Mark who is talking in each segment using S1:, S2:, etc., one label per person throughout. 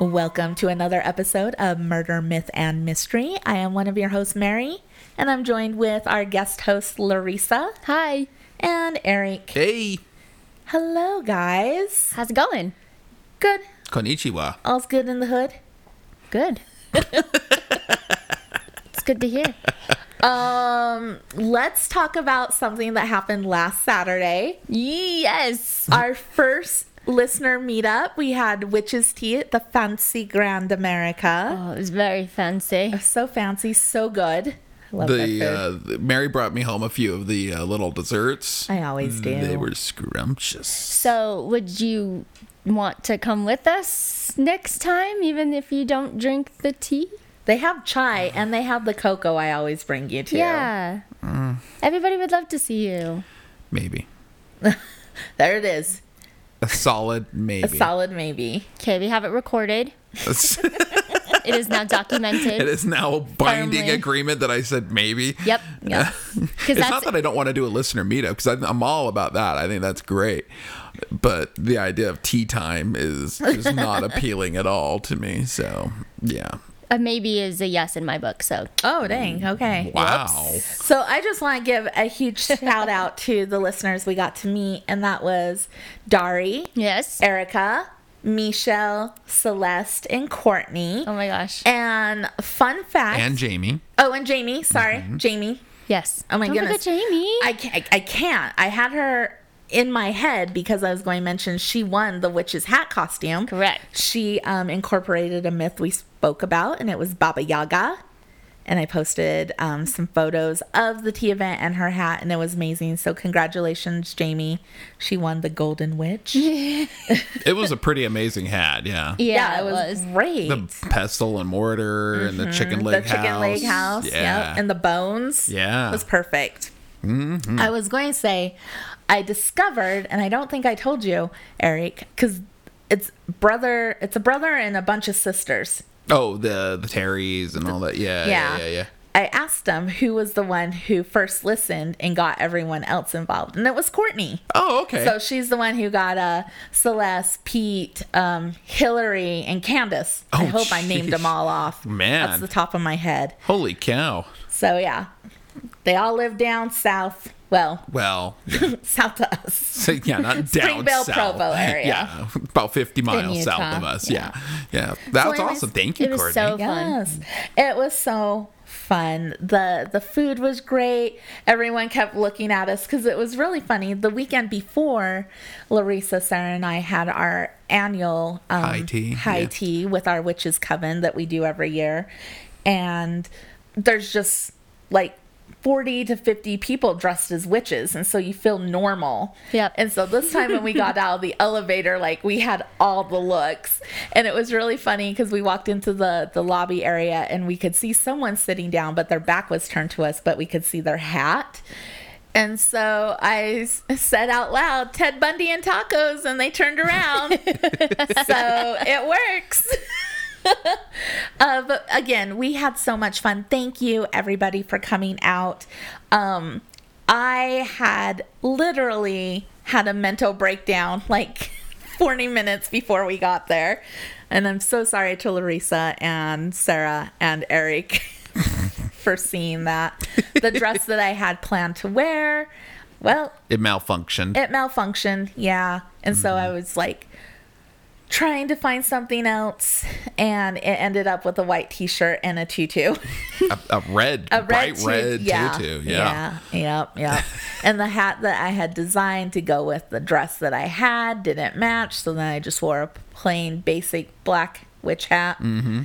S1: Welcome to another episode of Murder, Myth, and Mystery. I am one of your hosts, Mary, and I'm joined with our guest host, Larissa,
S2: Hi.
S1: and Eric.
S3: Hey,
S1: Hello, guys.
S2: How's it going?
S1: Good.
S3: konnichiwa.
S1: All's good in the hood.
S2: Good. it's good to hear.
S1: Um, let's talk about something that happened last Saturday.
S2: Yes.
S1: our first listener meetup, we had witches tea at the Fancy Grand America.
S2: Oh, it was very fancy.
S1: So fancy, so good. I Love that food.
S3: The uh, the- Mary brought me home a few of the uh, little desserts.
S1: I always do.
S3: They were scrumptious.
S2: So, would you want to come with us next time, even if you don't drink the tea?
S1: They have chai and they have the cocoa. I always bring you to.
S2: Yeah.
S3: Mm.
S2: Everybody would love to see you.
S3: Maybe
S1: there it is.
S3: a solid maybe.
S1: A solid maybe.
S2: Okay, we have it recorded.
S3: it
S2: It is now documented.
S3: is now a binding
S2: Firmly.
S3: agreement that I said maybe.
S2: Yep. Yep. Because
S3: It's
S2: that's
S3: not that I don't want to do a listener meetup because I'm, I'm all about that. I think that's great, but the idea of tea time is is not appealing at all to me. So yeah,
S2: a maybe is a yes in my book. So
S1: Oh dang. Okay.
S3: Mm. wow.
S1: So I just want to give a huge shout out to the listeners we got to meet, and that was Dari,
S2: yes.
S1: Erica, Michelle, Celeste, and Courtney.
S2: Oh my gosh.
S1: And fun fact.
S3: And Mm-hmm. Jamie,
S1: Oh, and Jamie. Sorry, Jamie.
S2: Yes.
S1: Oh my
S2: Don't
S1: goodness.
S2: Forget Jamie.
S1: I can't. I can't. I had her in my head because I was going to mention she won the witch's hat costume.
S2: Correct.
S1: She um, incorporated a myth we spoke about, and it was Baba Yaga. And I posted um, some photos of the tea event and her hat, and it was amazing. So congratulations, Jamie. She won the Golden Witch. Yeah,
S3: it was a pretty amazing hat. Yeah.
S2: yeah,
S1: it was, great.
S3: the pestle and mortar and the chicken
S1: Mm-hmm. the
S3: leg
S1: chicken
S3: house.
S1: leg house
S3: Yeah.
S1: yep, and the bones
S3: Yeah. Mm-hmm.
S1: it was perfect i was going to say i discovered and i don't think i told you eric because it's brother it's a brother and a bunch of sisters
S3: oh, the the Terrys and all that. Yeah. Oh, Yeah. Yeah. yeah.
S1: i asked them who was the one who first listened and got everyone else involved and it was courtney
S3: Oh, okay.
S1: so she's the one who got uh, Celeste, Pete, um, Hillary, and Candace. I
S3: Oh,
S1: hope I named them
S3: jeez.
S1: all off. That's
S3: Man.
S1: the top of my head.
S3: Holy cow.
S1: So yeah, they all live down south. Well,
S3: Well, yeah,
S1: south to us.
S3: so, yeah not down
S1: Springvale,
S3: south.
S1: Provo area.
S3: Yeah, about 50 miles
S2: Utah.
S3: south of us. Yeah. Yeah. That was
S1: anyways,
S3: awesome. Thank you,
S2: it was
S3: Courtney.
S2: so- Fun.
S1: Yes, it was so fun. the The food was great. Everyone kept looking at us because it was really funny. The weekend before, Larissa, Sarah, and I had our annual um,
S3: High tea,
S1: high
S3: yeah.
S1: tea with our witches coven that we do every year, and there's just like. 40 to 50 people dressed as witches and so you feel normal
S2: Yep.
S1: and so this time when we got out of the elevator, like we had all the looks. And it was really funny because we walked into the, the lobby area and we could see someone sitting down, but their back was turned to us, but we could see their hat. And so I s- said out loud, Ted Bundy and tacos, and they turned around. so it works. Uh, but again, we had so much fun. Thank you, everybody, for coming out. Um, I had literally had a mental breakdown like 40 minutes before we got there. And I'm so sorry to Larissa and Sarah and Eric for seeing that. The dress that I had planned to wear, well,
S3: It malfunctioned.
S1: it malfunctioned yeah and so
S3: Mm-hmm.
S1: i was like trying to find something else and it ended up with a white t-shirt and a tutu
S3: a, a red,
S1: a red,
S3: bright
S1: tu-
S3: red
S1: yeah,
S3: tutu.
S1: yeah yep yep and the hat that i had designed to go with the dress that i had didn't match so then i just wore a plain basic black witch hat
S3: Mm-hmm.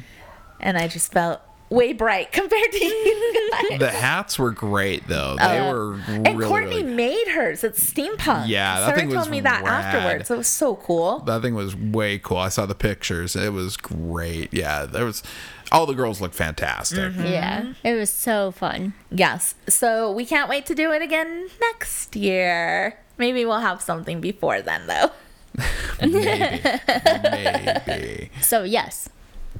S1: and i just felt way bright compared to you guys
S3: The hats were great, though. They were really,
S1: Uh, and Courtney
S3: really
S1: made hers. It's steampunk.
S3: Yeah, that
S1: Sarah
S3: thing
S1: told
S3: was
S1: me that
S3: rad.
S1: afterwards. It was so cool.
S3: That thing was way cool. I saw the pictures. It was great. Yeah, there was all the girls looked fantastic.
S2: Yeah,
S1: Mm-hmm.
S2: it was so fun.
S1: Yes. So we can't wait to do it again next year. Maybe we'll have something before then, though.
S3: Maybe. Maybe.
S2: So yes,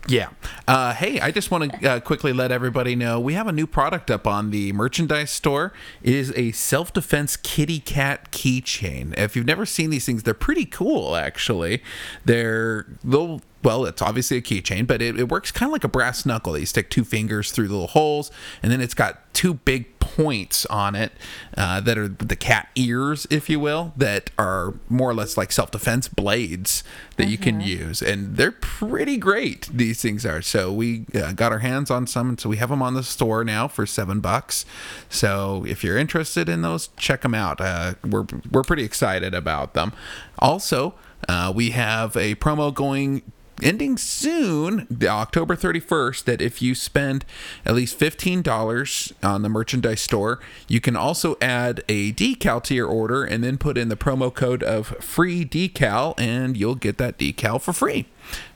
S3: Yeah. Uh, hey, I just want to uh, quickly let everybody know we have a new product up on the merchandise store. It is a self defense kitty cat keychain. If you've never seen these things, they're pretty cool, actually. They're, they'll, well, it's obviously a keychain, but it, it works kind of like a brass knuckle. You stick two fingers through little holes, and then it's got two big points on it uh, that are the cat ears, if you will, that are more or less like self defense blades that you can use. And they're pretty great, these things are. So we uh, got our hands on some, and so we have them on the store now for seven bucks. So if you're interested in those, check them out. Uh, we're, we're pretty excited about them. Also, uh, we have a promo going ending soon, the October 31st, that if you spend at least $15 on the merchandise store, you can also add a decal to your order and then put in the promo code of free decal and you'll get that decal for free.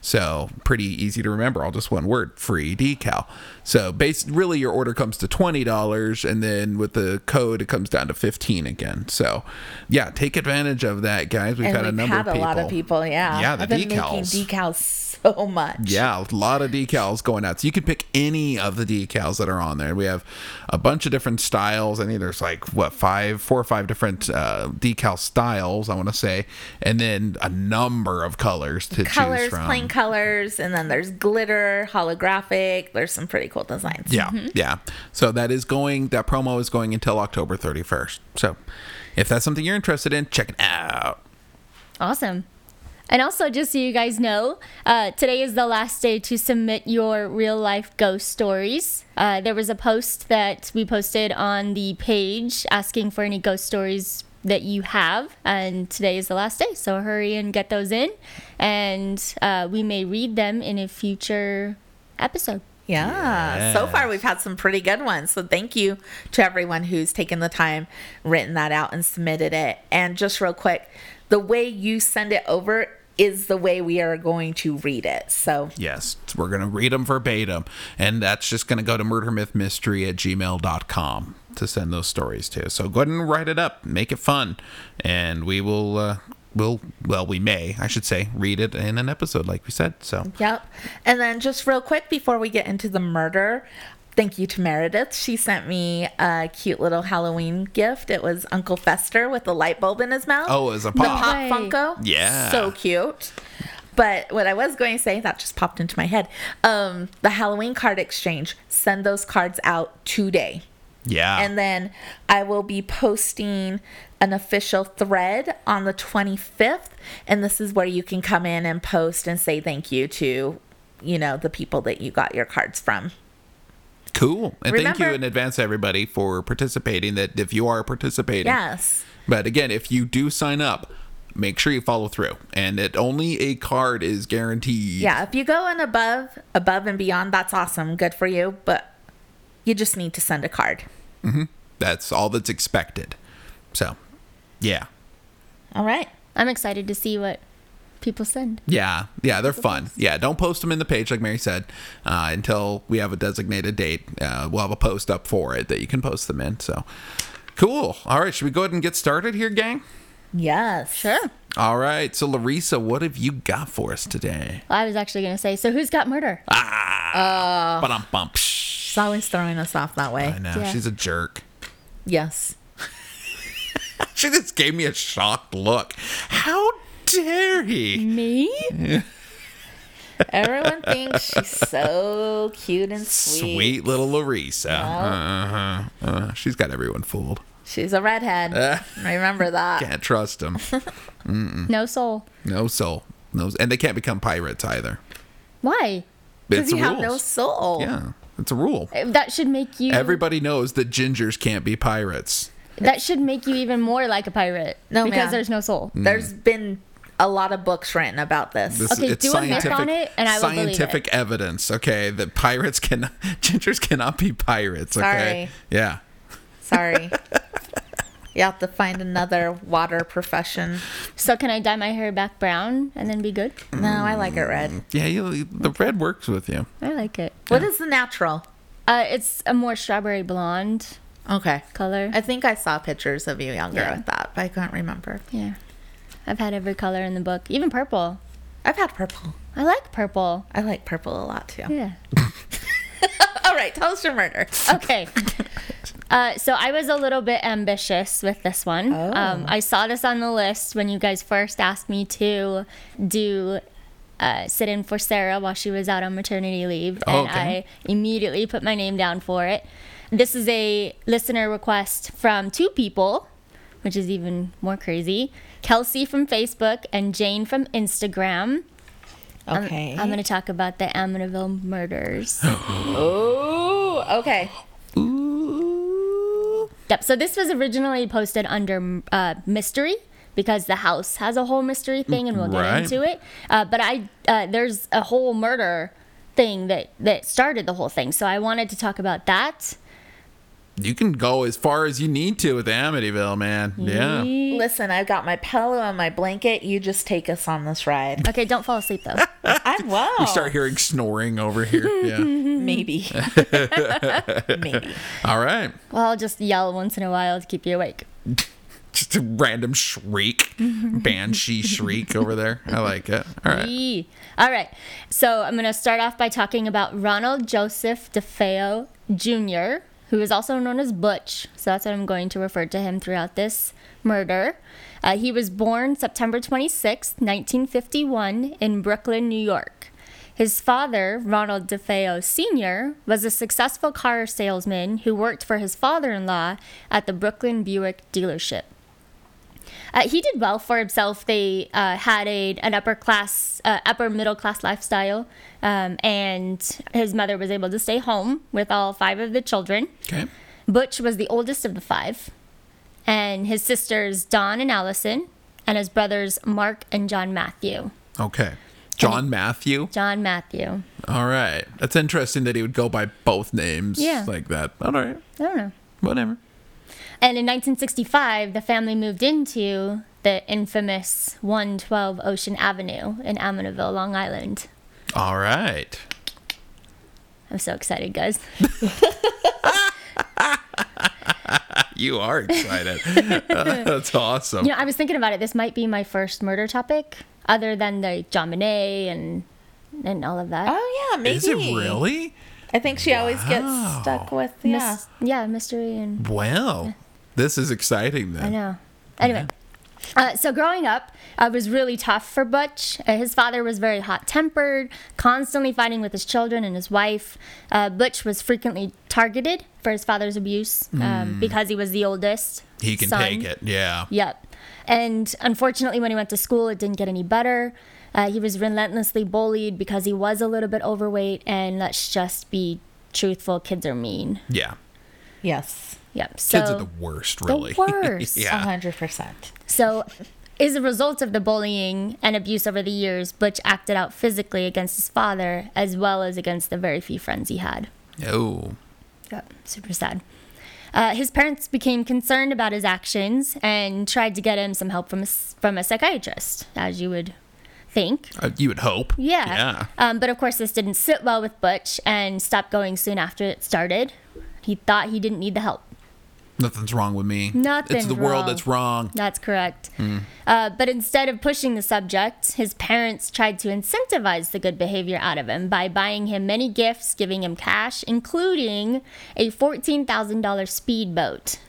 S3: So pretty easy to remember. All just one word: free decal. So base really your order comes to twenty dollars, and then with the code it comes down to fifteen again. So yeah, take advantage of that, guys. We've
S1: and
S3: had
S1: we've
S3: a number
S1: had
S3: of
S1: a
S3: people.
S1: lot of people. Yeah,
S3: Yeah, the
S1: I've been
S3: decals.
S1: making decals so much.
S3: Yeah, a lot of decals going out. So you can pick any of the decals that are on there. We have a bunch of different styles. I think there's like what five, four or five different uh, decal styles. I want to say, and then a number of colors to choose
S1: colors,
S3: from.
S1: plain colors, and then there's glitter, holographic. There's some pretty cool designs.
S3: Yeah, yeah. So that is going. That promo is going until October 31st. So if that's something you're interested in, check it out.
S2: awesome. And also, just so you guys know, uh, today is the last day to submit your real life ghost stories. Uh, there was a post that we posted on the page asking for any ghost stories that you have, and today is the last day. So hurry and get those in, and uh, we may read them in a future episode.
S1: Yeah. So far, we've had some pretty good ones. So thank you to everyone who's taken the time, written that out, and submitted it. And just real quick, the way you send it over is the way we are going to read it. So
S3: Yes, we're going to read them verbatim. And that's just going to go to murdermythmystery at gmail.com to send those stories to. So go ahead and write it up, make it fun. And we will, uh, we'll, well, we may, I should say, read it in an episode, like we said. So
S1: Yep. And then just real quick before we get into the murder, thank you to Meredith. She sent me a cute little Halloween gift. It was Uncle Fester with a light bulb in his mouth.
S3: Oh, it was a
S1: The
S3: pop.
S1: pop
S2: Right.
S1: Funko.
S3: Yeah.
S1: So cute. But what I was going to say, that just popped into my head. Um, the Halloween card exchange, send those cards out today.
S3: yeah.
S1: And then I will be posting an official thread on the 25th. And this is where you can come in and post and say thank you to, you know, the people that you got your cards from.
S3: cool. And thank you
S1: Remember-
S3: in advance, everybody, for participating. That if you are participating,
S1: Yes.
S3: But again, if you do sign up, make sure you follow through. And that only a card is guaranteed.
S1: Yeah. If you go in above, above and beyond, that's awesome. Good for you. But you just need to send a card.
S3: That's all that's expected. So, yeah.
S1: All right.
S2: I'm excited to see what people send.
S3: Yeah. Yeah. They're fun. Yeah. Don't post them in the page, like Mary said, uh, until we have a designated date. Uh, we'll have a post up for it that you can post them in. So, cool. All right. Should we go ahead and get started here, gang?
S1: Yes. Sure.
S3: All right. So, Larissa, what have you got for us today?
S2: I was actually going to say, so who's got murder?
S3: Ah. But I'm bumped.
S1: She's always throwing us off that way.
S3: I know.
S2: Yeah.
S3: She's a jerk.
S1: Yes.
S3: She just gave me a shocked look. How dare he?
S2: Me?
S1: Everyone thinks she's so cute and
S3: Sweet,
S1: sweet.
S3: little Larissa. Uh-huh. Uh, she's got everyone fooled.
S1: She's a redhead. Remember that.
S3: Can't trust them.
S2: No soul.
S3: No soul. No, and they can't become pirates either.
S2: Why?
S1: Because
S3: It's
S1: you
S3: a
S1: have
S3: rule.
S1: no soul.
S3: Yeah, it's a rule.
S2: That should make you.
S3: Everybody knows that gingers can't be pirates.
S2: that should make you even more like a pirate.
S1: No,
S2: because
S1: ma'am.
S2: there's no soul.
S1: There's been a lot of books written about this.
S3: Mm. This,
S2: Okay,
S3: it's
S2: do a myth
S3: scientific,
S2: on it, and I will believe it.
S3: scientific evidence. Okay, that pirates can gingers cannot be pirates. Okay,
S1: Sorry.
S3: yeah.
S1: Sorry. you have to find another water profession.
S2: So can I dye my hair back brown and then be good?
S1: No, I like it red.
S3: Yeah, you, the red works with you.
S2: I like it.
S1: What is the natural?
S2: Uh, it's a more strawberry blonde
S1: Okay.
S2: color.
S1: I think I saw pictures of you younger
S2: Yeah.
S1: with that, but I couldn't remember.
S2: yeah. I've had every color in the book, even purple.
S4: I've had purple.
S2: I like purple.
S4: I like purple a lot too.
S2: Yeah.
S4: All right, tell us your murder.
S2: Okay. Uh, so I was a little bit ambitious with this one.
S3: Oh.
S2: Um, I saw this on the list when you guys first asked me to do uh, sit in for Sarah while she was out on maternity leave,
S3: Oh,
S2: and
S3: okay.
S2: I immediately put my name down for it. This is a listener request from two people, which is even more crazy. Kelsey from Facebook and Jane from Instagram.
S4: Okay.
S2: I'm going to talk about the Amityville murders.
S4: Ooh, okay.
S3: Ooh.
S2: Yep. So this was originally posted under uh, mystery because the house has a whole mystery thing, and we'll get
S3: Right.
S2: into it. Uh, but I uh, there's a whole murder thing that that started the whole thing. So I wanted to talk about that.
S3: You can go as far as you need to with Amityville, man. Yeah.
S4: Listen, I've got my pillow and my blanket. You just take us on this ride.
S2: Okay, don't fall asleep though.
S4: I won't.
S3: We start hearing snoring over here. Yeah.
S4: Maybe. Maybe.
S3: All right.
S2: well, I'll just yell once in a while to keep you awake.
S3: Just a random shriek, banshee shriek over there. I like it. All right.
S2: Yee. All right. So I'm going to start off by talking about Ronald Joseph DeFeo Jr., who is also known as Butch. So that's what I'm going to refer to him throughout this murder. Uh, he was born September 26, 1951, in Brooklyn, New York. His father, Ronald DeFeo Sr., was a successful car salesman who worked for his father in law at the Brooklyn Buick dealership. Uh, he did well for himself. They uh, had a, an upper class, uh, upper middle class lifestyle, um, and his mother was able to stay home with all five of the children.
S3: Okay.
S2: Butch was the oldest of the five, and his sisters Dawn and Allison, and his brothers Mark and John Matthew.
S3: Okay. John Matthew.
S2: John Matthew.
S3: All right. That's interesting that he would go by both names
S2: Yeah.
S3: like that. All right.
S2: I don't know.
S3: Whatever.
S2: And in 1965, the family moved into the infamous 112 Ocean Avenue in Amityville, Long Island.
S3: All right.
S2: I'm so excited, guys.
S3: You are excited. That's awesome.
S2: You know, I was thinking about it. This might be my first murder topic, other than the John Monet and and all of that.
S4: Oh yeah, maybe.
S3: Is it really?
S4: I think she always gets stuck with yeah.
S3: Ah.
S2: Mys- yeah, mystery and
S3: Well, this is exciting then.
S2: I know. Anyway, uh, so growing up uh, was really tough for Butch. Uh, his father was very hot tempered, constantly fighting with his children and his wife. Uh, Butch was frequently targeted for his father's abuse um, because he was the oldest.
S3: Mm. He can
S2: son.
S3: take it. Yeah.
S2: Yep. And unfortunately, when he went to school, it didn't get any better. Uh, he was relentlessly bullied because he was a little bit overweight. And let's just be truthful kids are mean.
S3: Yeah.
S4: Yes.
S2: Yep. So,
S3: Kids are the worst, really.
S2: worst.
S4: A
S3: yeah.
S4: hundred percent.
S2: so, as a result of the bullying and abuse over the years, Butch acted out physically against his father as well as against the very few friends he had.
S3: Oh.
S2: Yep. Super sad. Uh, his parents became concerned about his actions and tried to get him some help from a, s- from a psychiatrist, as you would think.
S3: Uh, you would hope.
S2: Yeah.
S3: Yeah.
S2: Um, but of course, this didn't sit well with Butch and stopped going soon after it started. He thought he didn't need the help.
S3: Nothing's wrong with me. It's
S2: Nothing's
S3: the world
S2: wrong.
S3: that's wrong.
S2: That's correct. Uh, but instead of pushing the subject, his parents tried to incentivize the good behavior out of him by buying him many gifts, giving him cash, including a $14,000 speedboat.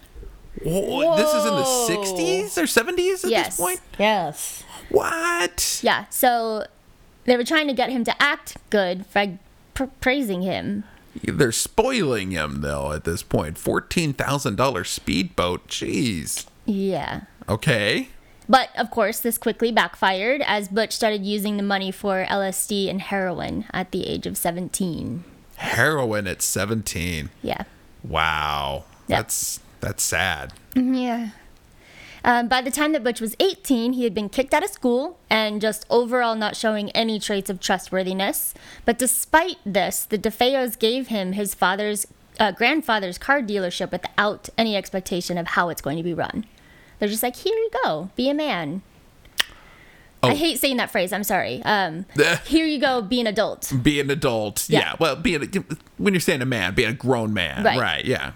S3: Whoa. This is in
S4: Whoa.
S3: the 60s or 70s at
S2: Yes.
S3: this point?
S4: Yes.
S3: What?
S2: Yeah, so they were trying to get him to act good by pr- praising him.
S3: They're spoiling him, though, at this point. $14,000 speedboat. Jeez.
S2: Yeah.
S3: Okay.
S2: But of course, this quickly backfired as Butch started using the money for LSD and heroin at the age of 17.
S3: Heroin at 17.
S2: Yeah.
S3: Wow.
S2: Yeah.
S3: That's that's sad.
S2: Yeah. Um, by the time that Butch was 18, he had been kicked out of school and just overall not showing any traits of trustworthiness. But despite this, the DeFeos gave him his father's uh, grandfather's car dealership without any expectation of how it's going to be run. They're just like, here you go, be a man.
S3: Oh.
S2: I hate saying that phrase. I'm sorry. Um, here you go, be an adult.
S3: Be an adult. Yeah.
S2: Yeah.
S3: Well, be a, when you're saying a man, be a grown man.
S2: Right.
S3: right yeah.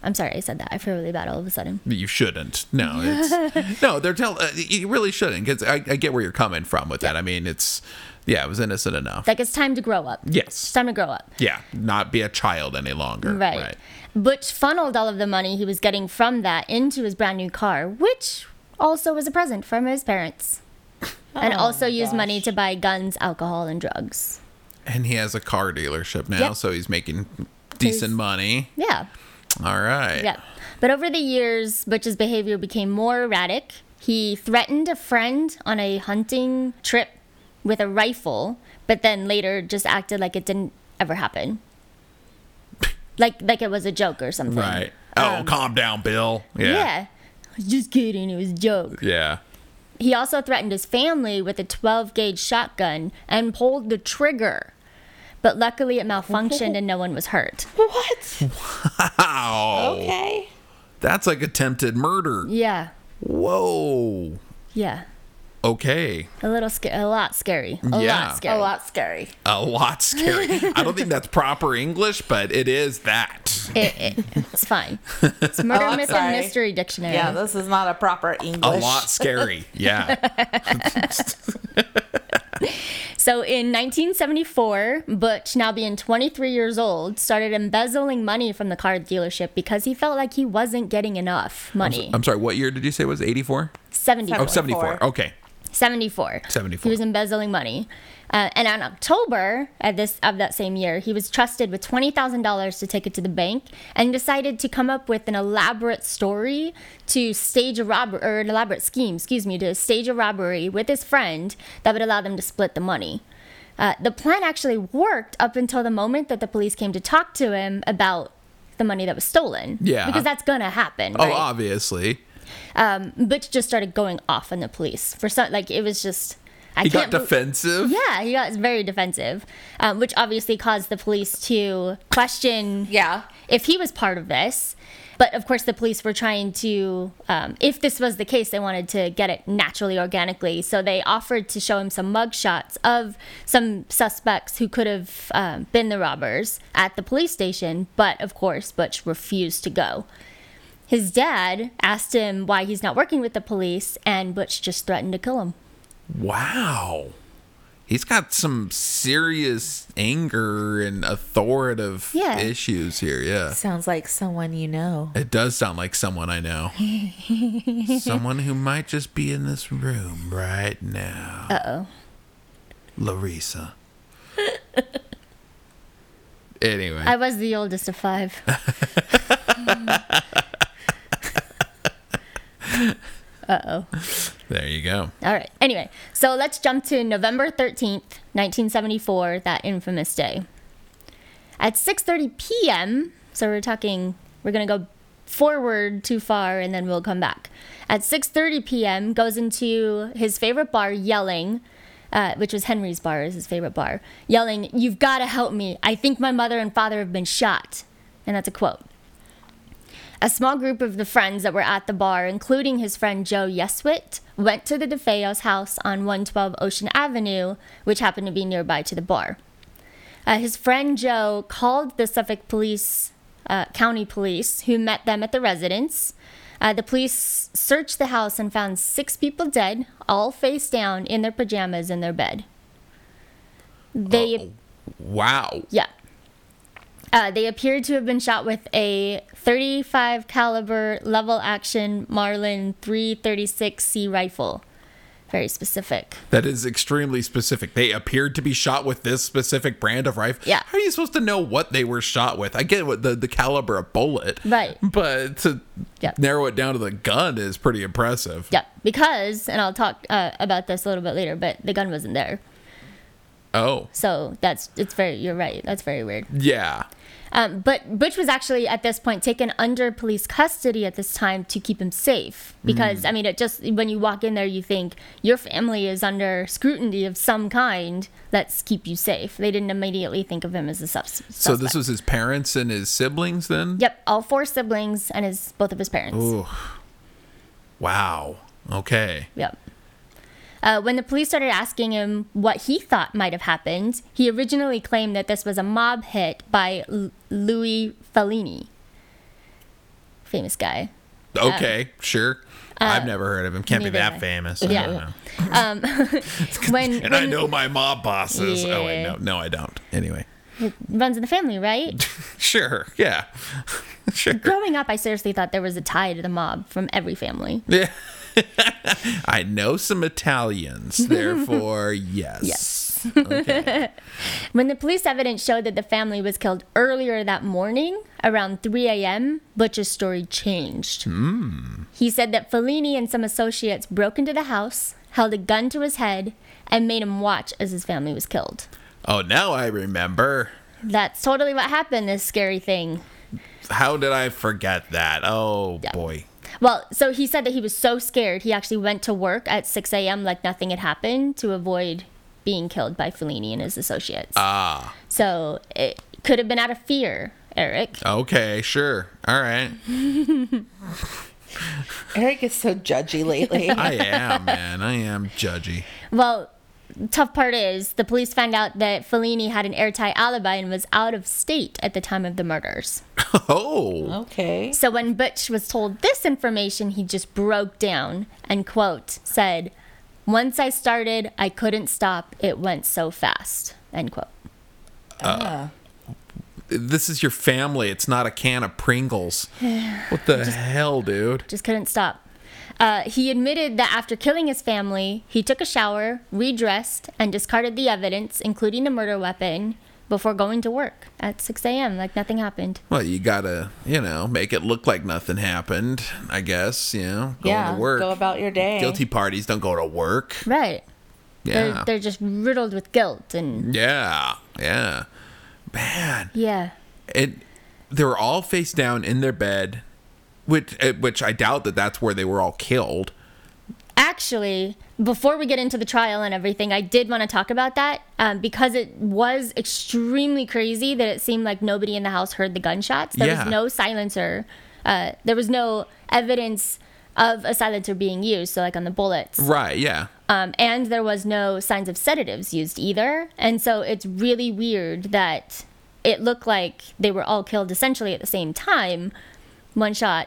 S2: I'm sorry I said that. I feel really bad all of a sudden.
S3: You shouldn't. No, it's no. They're tell. Uh, you really shouldn't because I, I get where you're coming from with that. I mean, it's yeah, it was innocent enough.
S2: Like it's time to grow up.
S3: Yes.
S2: It's time to grow up.
S3: yeah, not be a child any longer.
S2: Right. Butch funneled all of the money he was getting from that into his brand new car, which also was a present from his parents. and also used money to buy guns, alcohol, and drugs.
S3: And he has a car dealership now,
S2: Yep.
S3: so he's making decent money.
S2: Yeah.
S3: All right.
S2: Yeah. But over the years, Butch's behavior became more erratic. He threatened a friend on a hunting trip with a rifle, but then later just acted like it didn't ever happen. Like like it was a joke or something.
S3: Right. Oh, calm down, Bill. Yeah.
S2: yeah. Just kidding, it was a joke.
S3: Yeah.
S2: He also threatened his family with a 12 gauge shotgun and pulled the trigger. But luckily, it malfunctioned and no one was hurt.
S4: What?
S3: Ow.
S4: Okay.
S3: That's like attempted murder.
S2: Yeah,
S3: Whoa.
S2: yeah.
S3: Okay.
S2: A little sca- a lot scary. A
S3: Yeah.
S2: lot scary.
S4: A lot scary.
S3: A lot scary. I don't think that's proper English, but it is that.
S2: It- it- it's fine. It's murder,
S4: I'm
S2: myth,
S4: sorry.
S2: and mystery dictionary.
S4: Yeah, this is not a proper English.
S3: A lot scary. Yeah.
S2: So in 1974, Butch, now being 23 years old, started embezzling money from the car dealership because he felt like he wasn't getting enough money.
S3: I'm sorry, what year did you say it was 84?
S2: 74.
S3: Oh,
S4: 74.
S3: 74. Okay.
S2: 74.
S3: 74.
S2: He was embezzling money. Uh, and on October of this of that same year, he was trusted with twenty thousand dollars to take it to the bank, and decided to come up with an elaborate story to stage a robbery or an elaborate scheme, excuse me, to stage a robbery with his friend that would allow them to split the money. Uh, the plan actually worked up until the moment that the police came to talk to him about the money that was stolen.
S3: Yeah.
S2: because that's gonna happen.
S3: Oh,
S2: right?
S3: obviously.
S2: Butch just started going off on the police for some like it was just I
S3: He got
S2: can't bel-
S3: defensive.
S2: yeah he got very defensive, um, which obviously caused the police to question
S4: Yeah.
S2: if he was part of this. But of course, the police were trying to, um, if this was the case, they wanted to get it naturally, organically. So they offered to show him some mugshots of some suspects who could have um, been the robbers at the police station. But of course, Butch refused to go. His dad asked him why he's not working with the police, and Butch just threatened to kill him.
S3: Wow. He's got some serious anger and authoritative
S2: Yeah.
S3: issues here. Yeah.
S4: Sounds like someone you know.
S3: It does sound like someone I know. someone who might just be in this room right now. Uh oh. Larissa. anyway.
S2: I was the oldest of five.
S3: there you go.
S2: All right. Anyway, so let's jump to November 13th, 1974, that infamous day. At 6:30 p.m., so we're talking we're going to go forward too far and then we'll come back. At 6:30 p.m., goes into his favorite bar yelling uh, which was Henry's bar, is his favorite bar, yelling, You've got to help me. I think my mother and father have been shot. And that's a quote. A small group of the friends that were at the bar, including his friend Joe Yeswit, went to the DeFeo's house on 112 Ocean Avenue, which happened to be nearby to the bar. Uh, his friend Joe called the Suffolk Police, uh, County Police, who met them at the residence. Uh, the police searched the house and found six people dead, all face down in their pajamas in their bed. They
S3: Wow.
S2: yeah. Uh, they appear to have been shot with a 35 caliber level action Marlin 336C rifle. Very specific.
S3: That is extremely specific. They appeared to be shot with this specific brand of rifle.
S2: Yeah.
S3: How are you supposed to know what they were shot with? I get what the, the caliber of bullet.
S2: Right.
S3: But to
S2: Yeah.
S3: narrow it down to the gun is pretty impressive.
S2: Yep, because, and I'll talk uh, about this a little bit later, but the gun wasn't there.
S3: Oh.
S2: So that's, it's very, you're right. That's very weird.
S3: Yeah.
S2: Um, but Butch was actually at this point taken under police custody at this time to keep him safe because
S3: Mm.
S2: I mean it just when you walk in there you think your family is under scrutiny of some kind. Let's keep you safe. They didn't immediately think of him as a sus- suspect.
S3: So this was his parents and his siblings then?
S2: yep, all four siblings and his both of his parents.
S3: Wow. Okay.
S2: Yep. Uh, when the police started asking him what he thought might have happened, he originally claimed that this was a mob hit by L- Louis Fellini. famous guy.
S3: Okay, sure. I've never heard of him. Can't be
S2: Um, uh, neither
S3: that
S2: have I.
S3: famous. I
S2: Yeah.
S3: don't know.
S2: When,
S3: And I
S2: when
S3: know my mob bosses. Oh wait,
S2: Yeah.
S3: no, no, I don't. Anyway,
S2: runs in the family, right?
S3: sure, yeah, sure,
S2: Growing up, I seriously thought there was a tie to the mob from every family.
S3: yeah. I know some Italians, therefore, yes. Yes. Okay.
S2: When the police evidence showed that the family was killed earlier that morning, around 3 a.m., Butch's story changed.
S3: Hmm.
S2: He said that Fellini and some associates broke into the house, held a gun to his head, and made him watch as his family was killed.
S3: Oh, now I remember.
S2: That's totally what happened, this scary thing.
S3: How did I forget that? Oh
S2: Yeah.
S3: boy.
S2: Well, so he said that he was so scared he actually went to work at 6 a.m. like nothing had happened to avoid being killed by Fellini and his associates. Ah. So it could have been out of fear, Eric.
S3: Okay, sure. All right.
S4: Eric is so judgy lately.
S3: I am, man. I am judgy.
S2: Well, tough part is the police found out that Fellini had an airtight alibi and was out of state at the time of the murders.
S3: Oh.
S4: okay.
S2: So when Butch was told this information, he just broke down and quote said, "Once I started, I couldn't stop. It went so fast." End quote.
S3: This is your family. It's not a can of Pringles. What the hell, dude?
S2: Just couldn't stop. Uh, he admitted that after killing his family, he took a shower, redressed, and discarded the evidence, including a murder weapon, before going to work at 6 a.m. Like nothing happened.
S3: Well, you gotta, you know, make it look like nothing happened, I guess, you know. Going
S4: yeah.
S3: to work.
S4: Go about your day.
S3: Guilty parties don't go to work.
S2: Right.
S3: Yeah.
S2: They're, they're just riddled with guilt and
S3: yeah. Yeah. Man.
S2: yeah.
S3: it they were all face down in their bed which uh, which i doubt that that's where they were all killed
S2: Actually, before we get into the trial and everything, I did want to talk about that um, because it was extremely crazy that it seemed like nobody in the house heard the gunshots. There
S3: Yeah.
S2: was no silencer. Uh, there was no evidence of a silencer being used, so like on the bullets.
S3: right yeah
S2: Um, and there was no signs of sedatives used either. And so it's really weird that it looked like they were all killed essentially at the same time, one shot,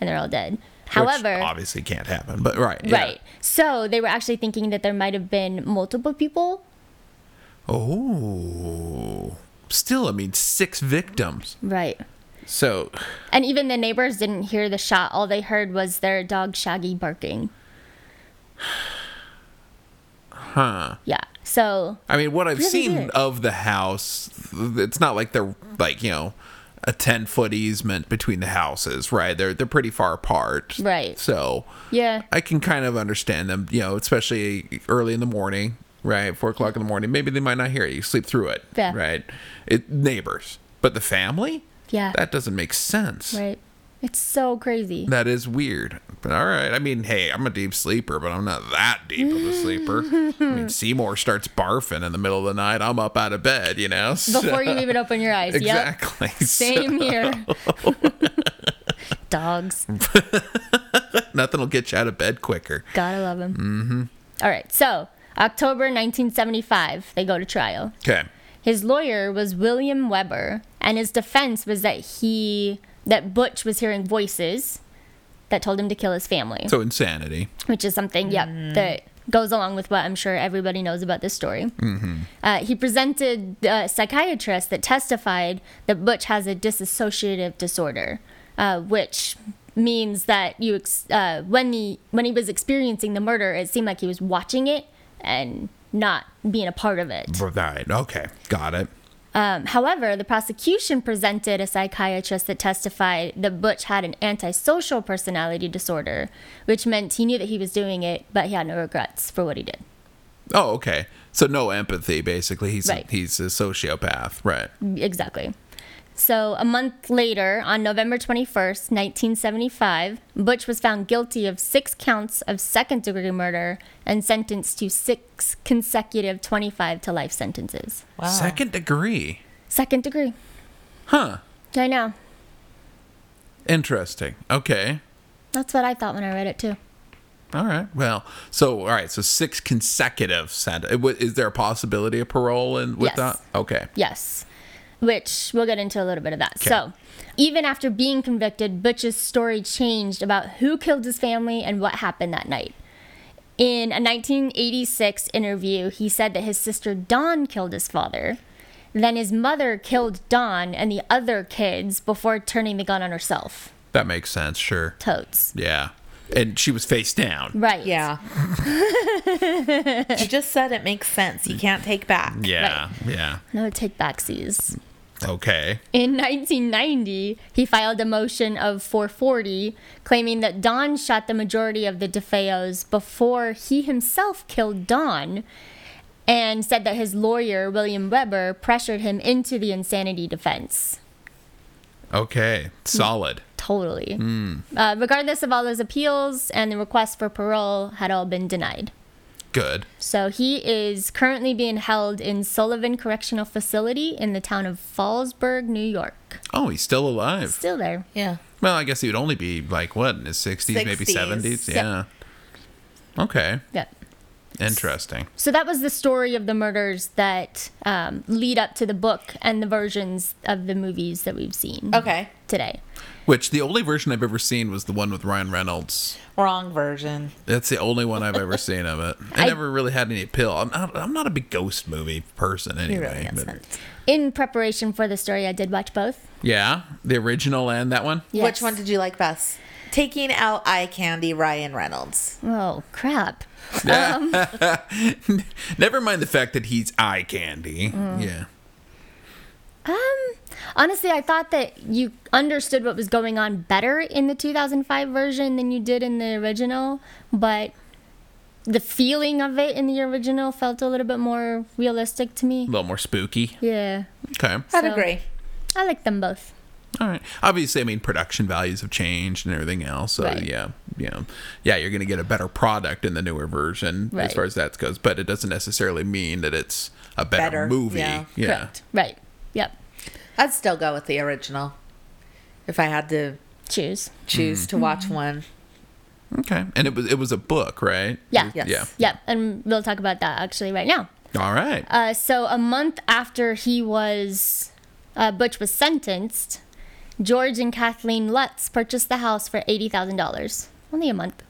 S2: and they're all dead. However,
S3: which obviously can't happen but right yeah.
S2: Right. So they were actually thinking that there might have been multiple people.
S3: oh still i mean six victims
S2: Right.
S3: so
S2: And even the neighbors didn't hear the shot. All they heard was their dog Shaggy barking. Huh. Yeah. So,
S3: i mean what i've
S2: Really
S3: seen
S2: weird.
S3: of the house it's not like they're like you know a 10 foot easement between the houses right they're they're pretty far apart
S2: Right.
S3: so
S2: yeah.
S3: I can kind of understand them, you know, especially early in the morning, right? Four o'clock in the morning. Maybe they might not hear it. You sleep through it,
S2: Yeah.
S3: right? It neighbors, but the family.
S2: Yeah.
S3: that doesn't make sense.
S2: Right. It's so crazy.
S3: That is weird. But all right, I mean, hey, I'm a deep sleeper, but I'm not that deep of a sleeper. I mean, Seymour starts barfing in the middle of the night. I'm up out of bed, you know. so-
S2: Before you even open your eyes. Yep.
S3: exactly.
S2: Same here. Dogs.
S3: So nothing will get you out of bed quicker.
S2: Gotta love them. Mm-hmm. All right. So, October 1975, they go to trial.
S3: Okay.
S2: His lawyer was William Weber, and his defense was that he that Butch was hearing voices that told him to kill his family,
S3: So insanity.
S2: which is something, yep, that goes along with what I'm sure everybody knows about this story. Uh, he presented a psychiatrist that testified that Butch has a dissociative disorder, uh, which means that you ex- uh, when he when he was experiencing the murder, it seemed like he was watching it and not being a part of it.
S3: Right. Okay. Got it.
S2: Um, however, the prosecution presented a psychiatrist that testified that Butch had an antisocial personality disorder, which meant he knew that he was doing it, but he had no regrets for what he did.
S3: Oh, okay. So no empathy, basically. He's
S2: Right.
S3: he's a sociopath, right?
S2: Exactly. So, a month later, on November 21st, 1975, Butch was found guilty of six counts of second degree murder and sentenced to six consecutive 25 to life sentences.
S4: Wow.
S3: Second degree,
S2: Second degree.
S3: huh?
S2: I know.
S3: Interesting. Okay.
S2: That's what I thought when I read it, too.
S3: All right. Well, so all right. So six consecutive sent. it wa- Is there a possibility of parole and with that?
S2: Yes.
S3: Okay.
S2: Yes. which we'll get into a little bit of that. So, even after being convicted, Butch's story changed about who killed his family and what happened that night. In a 1986 interview, he said that his sister Dawn killed his father. Then his mother killed Dawn and the other kids before turning the gun on herself.
S3: That makes sense, sure.
S2: Totes.
S3: Yeah. And she was face down.
S2: Right.
S4: Yeah. you just said it makes sense. You can't take back.
S3: Yeah. Yeah.
S2: No take backsies.
S3: Okay.
S2: In 1990, he filed a motion of 440 claiming that Don shot the majority of the DeFeos before he himself killed Don and said that his lawyer, William Weber, pressured him into the insanity defense. Hmm.
S3: Okay. Solid.
S2: Totally. Uh, regardless of all his appeals and the request for parole had all been denied.
S3: Good.
S2: So he is currently being held in Sullivan Correctional Facility in the town of Fallsburg, New York.
S3: Oh, he's still alive.
S2: Still there.
S4: Yeah.
S3: Well, I guess he would only be like what in his 60s, maybe
S4: 60s.
S3: 70s.
S2: Yep.
S3: Yeah. Okay.
S2: Yep.
S3: Interesting.
S2: So that was the story of the murders that um, lead up to the book and the versions of the movies that we've seen
S4: Okay.
S2: today.
S3: Which the only version I've ever seen was the one with Ryan Reynolds.
S4: Wrong version.
S3: That's the only one I've ever seen of it. I,
S2: I-
S3: never really had any appeal. I'm not, I'm not a big ghost movie person
S4: It
S3: anyway.
S4: really makes
S3: but-
S4: sense.
S2: In preparation for the story, I did watch both.
S3: yeah, the original and that one.
S2: Yes.
S4: Which one did you like best? Taking out eye candy, Ryan Reynolds.
S2: Oh crap!
S3: Never mind the fact that he's eye candy. Yeah.
S2: Honestly, I thought that you understood what was going on better in the 2005 version than you did in the original, but the feeling of it in the original felt a little bit more realistic
S3: A
S2: to
S4: Mm.
S2: me.
S3: little more spooky.
S2: Yeah,
S3: Okay.
S4: I'd
S2: So-
S4: agree.
S2: I like them both.
S3: All right. Obviously, I mean, production values have changed and everything else. So,
S2: Right.
S3: yeah. Yeah. Yeah, you're going to get a better product in the newer version as
S2: Right.
S3: far as that goes. But it doesn't necessarily mean that it's a better,
S4: Better,
S3: movie.
S4: yeah.
S3: yeah.
S4: Correct.
S2: Right. Yep.
S4: I'd still go with the original if I had to
S2: Choose.
S4: choose to watch one.
S3: Okay. And it was it was a book, right?
S2: Yeah.
S4: Yes.
S3: Yeah.
S2: Yep, and we'll talk about that actually right now.
S3: All right.
S2: Uh, so a month after he was, uh, Butch was sentenced, George and Kathleen Lutz purchased the house for eighty thousand dollars. Only a month.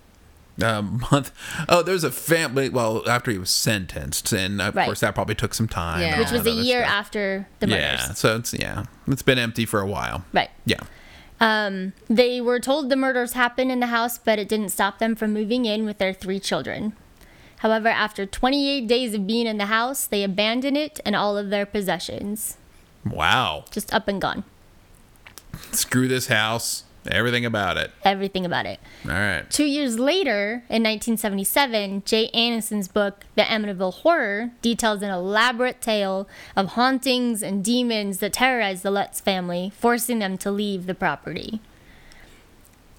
S3: a month. Oh, there's a family. Well, after he was sentenced, and of
S2: Right.
S3: course that probably took some time.
S4: Yeah.
S3: and
S4: Which
S2: Which
S3: all
S2: was
S3: that
S2: a
S3: other
S2: year
S3: stuff.
S2: after the murders.
S3: Ah, Yeah. So it's yeah, it's been empty for a while.
S2: Right.
S3: Yeah.
S2: Um, they were told the murders happened in the house, but it didn't stop them from moving in with their three children. However, after 28 days of being in the house, they abandoned it and all of their possessions.
S3: Wow.
S2: Just up and gone.
S3: Screw this house. Everything about it.
S2: Everything about it.
S3: All right.
S2: Two years later, in 1977, Jay Anderson's book, The Amityville Horror, details an elaborate tale of hauntings and demons that terrorized the Lutz family, forcing them to leave the property.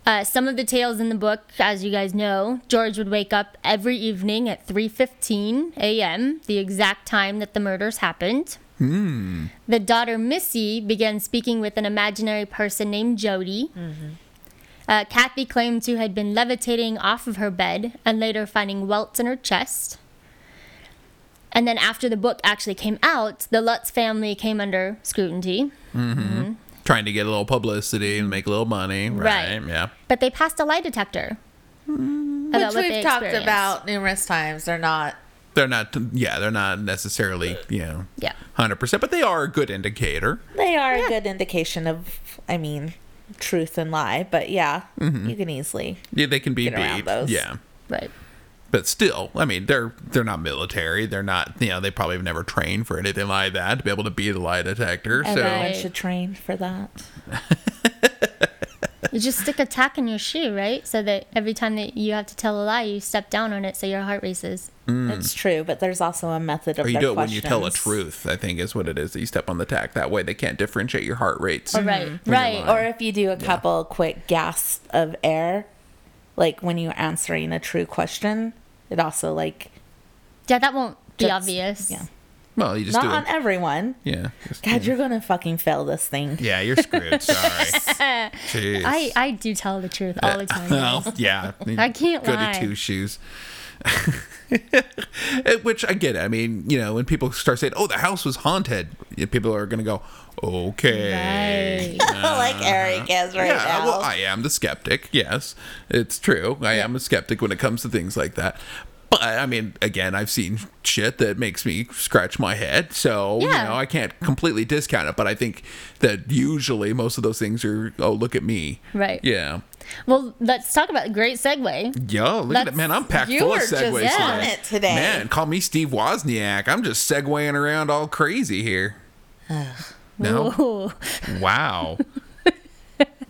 S2: Uh, some of the tales in the book, as you guys know, George would wake up every evening at 3:15 a.m., the exact time that the murders happened. The daughter Missy began speaking with an imaginary person named Jody. Uh, Kathy claimed to had been levitating off of her bed and later finding welts in her chest. And then, after the book actually came out, the Lutz family came under scrutiny.
S3: Trying to get a little publicity and make a little money. Right.
S2: Right.
S3: Yeah.
S2: But they passed a lie detector. about
S4: Mm, Which
S2: what
S4: we've
S2: they
S4: talked
S2: experienced.
S4: about numerous times. They're not
S3: They're not. Yeah. They're not necessarily. You know.
S2: Yeah.
S3: Hundred percent. But they are a good indicator.
S4: They are a good indication of, I mean, truth and lie, but yeah,
S3: Mm-hmm.
S4: you can easily.
S3: Yeah. They can be
S4: Get around
S3: beat.
S4: those.
S3: Yeah.
S2: Right.
S3: but still, I mean, they're they're not military. They're not, you know, they probably have never trained for anything like that to be able to be the lie detector. So
S2: Right.
S4: Everyone should train for that.
S2: You just stick a tack in your shoe, right? So that every time that you have to tell a lie, you step down on it so your heart races.
S4: It's true, but there's also a method of
S3: Hmm. or you
S4: their
S3: do it when you tell a
S4: questions.
S3: truth. I think is what it is. You step on the tack. That way, they can't differentiate your heart rates.
S2: Right.
S3: you're
S2: Right.
S3: lying.
S2: Or
S4: Or if you do a couple quick gasps of air, like when you're answering a true question, it also like
S2: yeah, that won't be
S4: That's-
S2: obvious.
S4: yeah.
S3: Well, you just
S4: not
S3: do
S4: on
S3: it.
S4: everyone.
S3: Yeah. just-
S4: God, you're gonna fucking fail this thing.
S3: yeah, you're screwed. Sorry. Jeez.
S2: I, I do tell the truth all the time. guys.
S3: Well, yeah.
S2: I can't
S3: Goody
S2: lie.
S3: two shoes. Eh, Which I get. it. I mean, you know, when people start saying, "Oh, the house was haunted," you know, people are going to go, okay.
S1: like Eric is right
S3: yeah,
S1: now.
S3: well, I am the skeptic. Yes, it's true. I am a skeptic when it comes to things like that. But I mean, again, I've seen shit that makes me scratch my head, so
S2: Yeah.
S3: you know I can't completely discount it. But I think that usually most of those things are, oh, look at me,
S2: Right.
S3: Yeah,
S2: Well, let's talk about great segue.
S3: yo, look at
S2: That's-
S3: that man. I'm packed
S4: you
S3: full
S4: are
S3: of
S4: just
S3: segues
S2: on
S1: it today.
S3: Man, call me Steve Wozniak. I'm just segueing around all crazy here. No,
S2: Ooh.
S3: wow,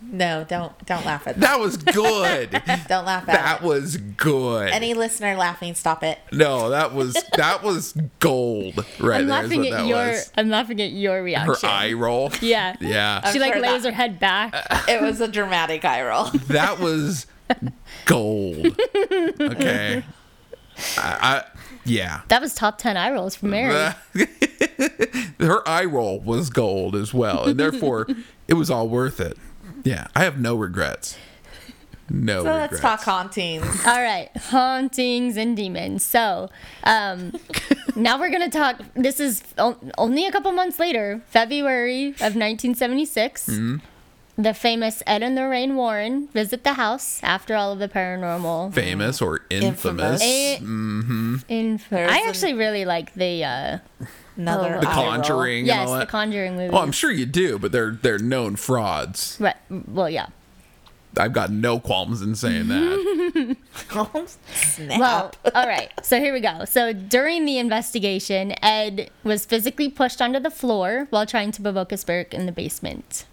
S1: no, don't don't laugh at that.
S3: that was good.
S1: Don't laugh at
S3: that
S1: it.
S3: was good.
S1: Any listener laughing, stop it.
S3: No, that was that was gold right
S2: I'm
S3: there. Is
S2: laughing
S3: what
S2: at
S3: that
S2: your.
S3: was.
S2: I'm laughing at your
S3: Her
S2: reaction.
S3: eye roll.
S2: Yeah.
S3: Yeah.
S2: She like
S1: sure
S2: lays
S1: that-
S2: her head back.
S1: It was a dramatic eye roll.
S3: That was gold. Okay. I, I yeah.
S2: That was top ten eye rolls from Mary.
S3: Her eye roll was gold as well, and therefore it was all worth it. Yeah, I have no regrets. No
S1: So let's talk
S3: regrets.
S1: hauntings.
S2: All right, hauntings and demons. So, um, now we're gonna talk. This is o- only a couple months later, February of 1976.
S3: Mm-hmm.
S2: The famous Ed and Lorraine Warren visit the house after all of the paranormal.
S3: Famous or infamous?
S1: Infamous.
S2: Eh,
S3: Mm-hmm.
S2: inf-
S1: There's
S2: I
S1: an-
S2: actually really like the uh,
S1: Another
S2: The
S1: eye
S3: The
S1: roll.
S3: Conjuring.
S2: yes,
S3: and all
S2: the
S3: that.
S2: Conjuring movie.
S3: well, I'm sure you do, but they're they're known frauds.
S2: right, well, yeah.
S3: I've got no qualms in saying that.
S1: Snap.
S2: Well, all right. So here we go. So during the investigation, Ed was physically pushed onto the floor while trying to provoke a spirit in the basement.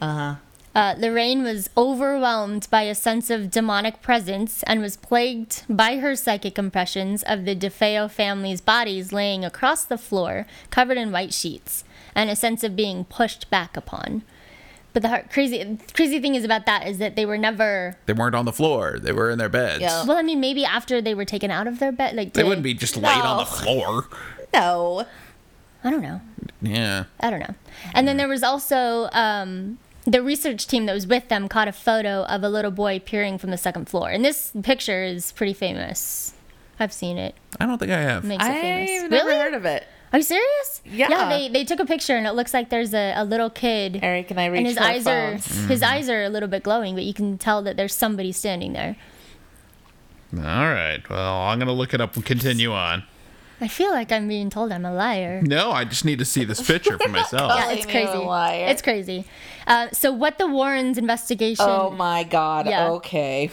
S2: Uh, Lorraine was overwhelmed by a sense of demonic presence and was plagued by her psychic impressions of the DeFeo family's bodies laying across the floor, covered in white sheets, and a sense of being pushed back upon. But the heart, crazy, crazy thing is about that is that they were never.
S3: they weren't on the floor. They were in their beds.
S1: Yeah.
S2: Well, I mean, maybe after they were taken out of their bed, like
S3: They
S2: did-
S3: wouldn't be just laid on
S1: No.
S3: the floor.
S1: no.
S2: I don't know.
S3: Yeah.
S2: I don't know. And then there was also um, the research team that was with them caught a photo of a little boy peering from the second floor, and this picture is pretty famous. I've seen it.
S3: I don't think I have.
S2: Makes it famous.
S1: I've never
S2: really?
S1: heard of it.
S2: Are you serious?
S1: Yeah.
S2: Yeah. They they took a picture, and it looks like there's a, a little kid.
S1: Eric and I reached
S2: and his
S1: for our
S2: eyes are
S1: phones.
S2: his
S3: Mm-hmm.
S2: eyes are a little bit glowing, but you can tell that there's somebody standing there.
S3: All right. Well, I'm going to look it up and continue on.
S2: I feel like I'm being told I'm a liar.
S3: No, I just need to see this picture for myself.
S2: Yeah, it's
S1: Calling you a
S2: crazy.
S1: liar.
S2: It's crazy. Uh, so what the Warrens' investigation?
S1: Oh my god.
S2: Yeah.
S1: Okay.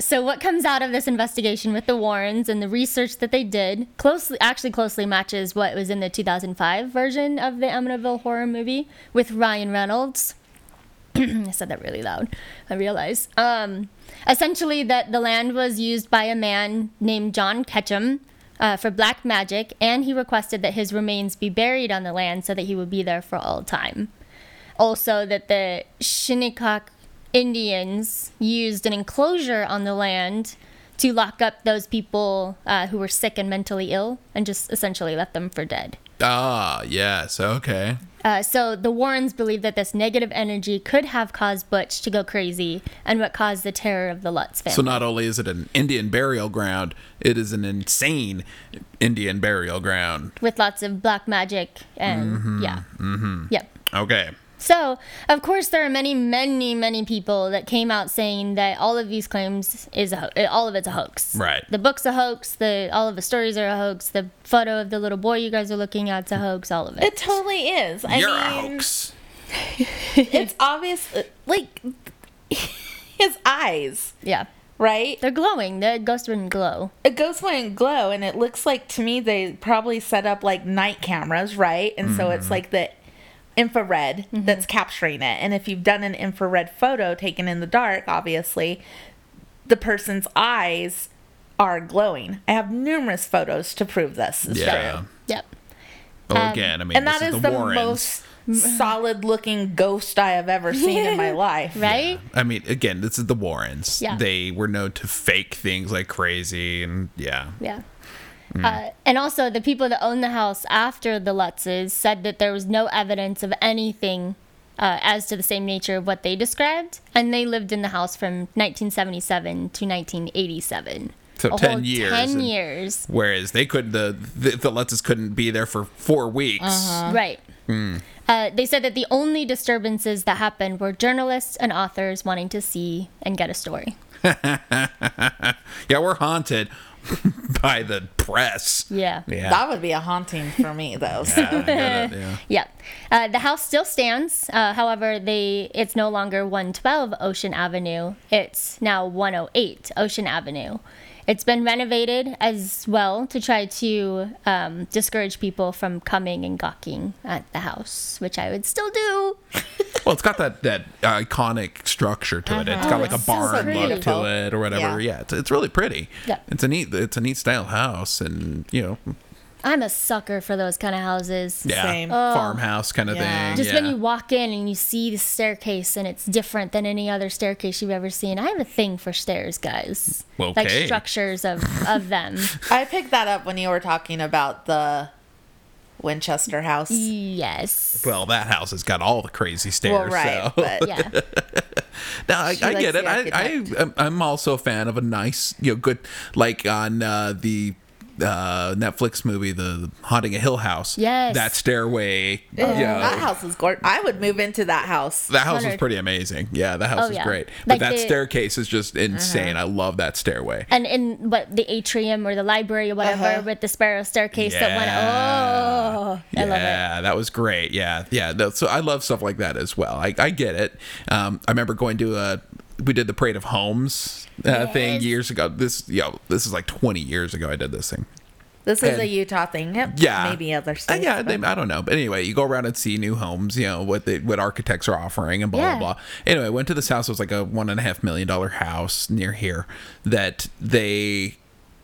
S2: So what comes out of this investigation with the Warrens and the research that they did closely actually closely matches what was in the 2005 version of the Amityville horror movie with Ryan Reynolds. I said that really loud. I realize. Um, essentially, that the land was used by a man named John Ketchum uh, for black magic, and he requested that his remains be buried on the land so that he would be there for all time also that the Shinnecock Indians used an enclosure on the land to lock up those people uh, who were sick and mentally ill and just essentially left them for dead.
S3: Ah, yes. Okay.
S2: Uh, so the Warrens believed that this negative energy could have caused Butch to go crazy and what caused the terror of the Lutz family.
S3: So not only is it an Indian burial ground, it is an insane Indian burial ground.
S2: with lots of black magic and yeah. Mm-hmm. Yep.
S3: Okay.
S2: So, of course, there are many, many, many people that came out saying that all of these claims is a ho- all of it's a hoax.
S3: Right.
S2: The book's a hoax. The all of the stories are a hoax. The photo of the little boy you guys are looking at's a hoax. All of it.
S1: It totally is. I
S3: You're
S1: mean,
S3: a hoax.
S1: it's obvious. uh, Like his eyes,
S2: yeah.
S1: right?
S2: They're glowing. The ghost wouldn't glow.
S1: It goes and glow, and it looks like to me they probably set up like night cameras, right? And so
S3: Mm-hmm.
S1: it's like the infrared that's capturing it. And if you've done an infrared photo taken in the dark, obviously, the person's eyes are glowing. I have numerous photos to prove this. is
S3: Yeah.
S1: true.
S2: Yep.
S3: Well, again, I mean,
S1: Um, And
S3: this
S1: that is,
S3: is
S1: the,
S3: Warrens.
S1: most solid looking ghost I have ever seen in my life.
S2: Right.
S3: I mean, again, this is the Warrens.
S2: Yeah.
S3: They were known to fake things like crazy, and yeah.
S2: Yeah.
S3: Mm.
S2: Uh, and also, the people that owned the house after the Lutzes said that there was no evidence of anything uh, as to the same nature of what they described, and they lived in the house from 1977 to 1987.
S3: So
S2: a
S3: ten
S2: whole
S3: years.
S2: 10
S3: and-
S2: years.
S3: Whereas they couldn't the the, the Lutzes couldn't be there for four weeks.
S2: right.
S3: Hmm.
S2: Uh, they said that the only disturbances that happened were journalists and authors wanting to see and get a story.
S3: Yeah, we're haunted by the press.
S2: Yeah.
S3: Yeah.
S1: That would be a haunting for me, though. So.
S3: I get it, yeah.
S2: Yeah. Uh, the house still stands. Uh, however, they it's no longer 112 Ocean Avenue. It's now 108 Ocean Avenue. It's been renovated as well to try to um, discourage people from coming and gawking at the house, which I would still do.
S3: Well, it's got that that iconic structure to it. It's got like a
S2: it's so
S3: barn look
S2: beautiful.
S3: to it or whatever.
S1: Yeah.
S3: Yeah, it's, it's really pretty.
S2: Yeah.
S3: It's a neat it's a neat style house and, you know,
S2: I'm a sucker for those kind of houses.
S3: yeah,
S1: Same. Oh.
S3: farmhouse kind of
S1: Yeah.
S3: thing.
S2: Just
S3: yeah.
S2: when you walk in and you see the staircase and it's different than any other staircase you've ever seen. I have a thing for stairs, guys.
S3: Well,
S2: Like
S3: okay.
S2: structures of, of them.
S1: I picked that up when you were talking about the Winchester house.
S2: yes.
S3: well, that house has got all the crazy
S1: Well,
S3: stairs.
S1: right.
S3: so.
S1: But
S2: Yeah.
S3: No, I, I
S1: likes
S3: get
S1: the
S3: it. I, I
S1: architect.
S3: I'm- I'm also a fan of a nice, you know, good like on uh, the uh, Netflix movie, The Haunting a Hill House.
S2: Yes. Oh,
S3: that stairway. you know,
S1: that house is gorgeous. I would move into that house.
S3: that house was
S2: 100.
S3: pretty amazing. Yeah, that house
S2: Oh,
S3: is
S2: yeah.
S3: great. But
S2: Like
S3: that
S2: the- Uh-huh.
S3: staircase is just insane. I love that stairway.
S2: And in what the atrium or the library or whatever
S1: Uh-huh.
S2: with the spiral staircase that went oh
S3: yeah,
S2: I love it.
S3: that was great. Yeah, yeah. No, so I love stuff like that as well. I, I get it. Um, I remember going to a we did the Parade of Homes uh, thing
S2: Yes.
S3: years ago. This yo, this is like 20 years ago. I did this thing.
S1: This is
S3: And-
S1: a Utah thing. Yep.
S3: Yeah,
S1: Maybe other
S3: Uh,
S1: states.
S3: yeah, they,
S1: but-
S3: I don't know. But anyway, you go around and see new homes. You know what they, what architects are offering and blah
S2: Yeah.
S3: blah blah. Anyway, I went to this house. It was like a one and a half million dollar house near here that they.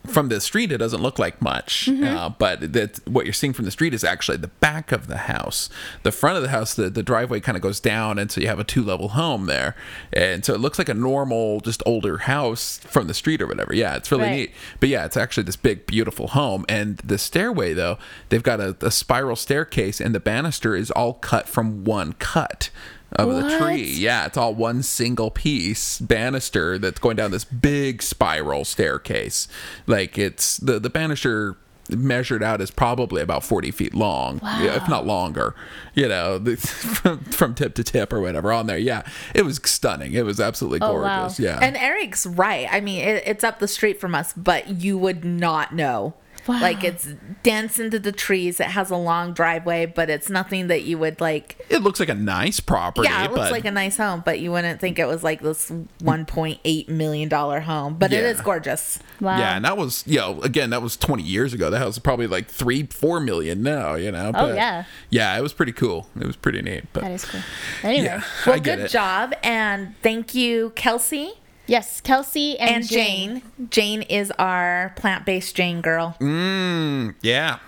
S3: From the street, it doesn't look like much,
S1: Mm-hmm.
S3: uh, but that what you're seeing from the street is actually the back of the house. The front of the house, the, the driveway kind of goes down, and so you have a two level home there, and so it looks like a normal, just older house from the street or whatever. Yeah, it's really
S2: Right.
S3: neat. But yeah, it's actually this big, beautiful home. And the stairway, though, they've got a, a spiral staircase, and the banister is all cut from one cut of the tree. Yeah, it's all one single piece banister that's going down this big spiral staircase. Like it's the the banister measured out is probably about 40 feet long yeah, if not longer you know the- from, from tip to tip or whatever on there yeah it was stunning it was absolutely
S2: Oh, wow.
S3: gorgeous yeah
S1: And Eric's right. I mean, it, it's up the street from us, but you would not know.
S2: Wow.
S1: Like it's dense into the trees. It has a long driveway, but it's nothing that you would like.
S3: it looks like a nice property
S1: yeah, it looks
S3: but
S1: like a nice home, but you wouldn't think it was like this 1.8 million dollar home. But it
S3: Yeah.
S1: is gorgeous.
S2: Wow.
S3: Yeah, and that was you know again that was 20 years ago. That was probably like three, four million now. You know.
S2: Oh, yeah.
S3: Yeah, it was pretty cool. It was pretty neat. But
S2: that is cool. Anyway.
S3: yeah,
S1: Well,
S3: I get
S1: good
S3: it.
S1: job, and thank you, Kelsey
S2: Yes, Kelsey and,
S1: and Jane. Jane, is our plant-based Jane girl,
S3: Mm-hmm. Yeah,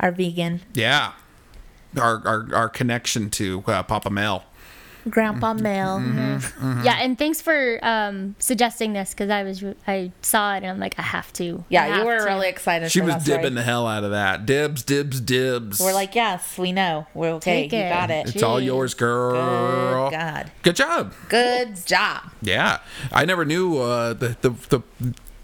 S1: our vegan
S3: yeah. Our our, our connection to uh, Papa Mel.
S1: grandpa
S3: Mm-hmm.
S1: Mel.
S2: Yeah, and thanks for um, suggesting this because I was re- I saw it and I'm like I have to. I
S1: Yeah, you
S2: have
S1: were
S2: to.
S1: really excited.
S3: She
S1: for
S3: was
S1: that story.
S3: dibbing the hell out of that. Dibs, dibs, dibs.
S1: We're like, yes, we know. We're okay.
S2: Take
S1: You
S2: it.
S1: got it.
S3: It's all yours, girl.
S1: Good God.
S3: Good job.
S1: Good job.
S3: Yeah, I never knew uh, the, the the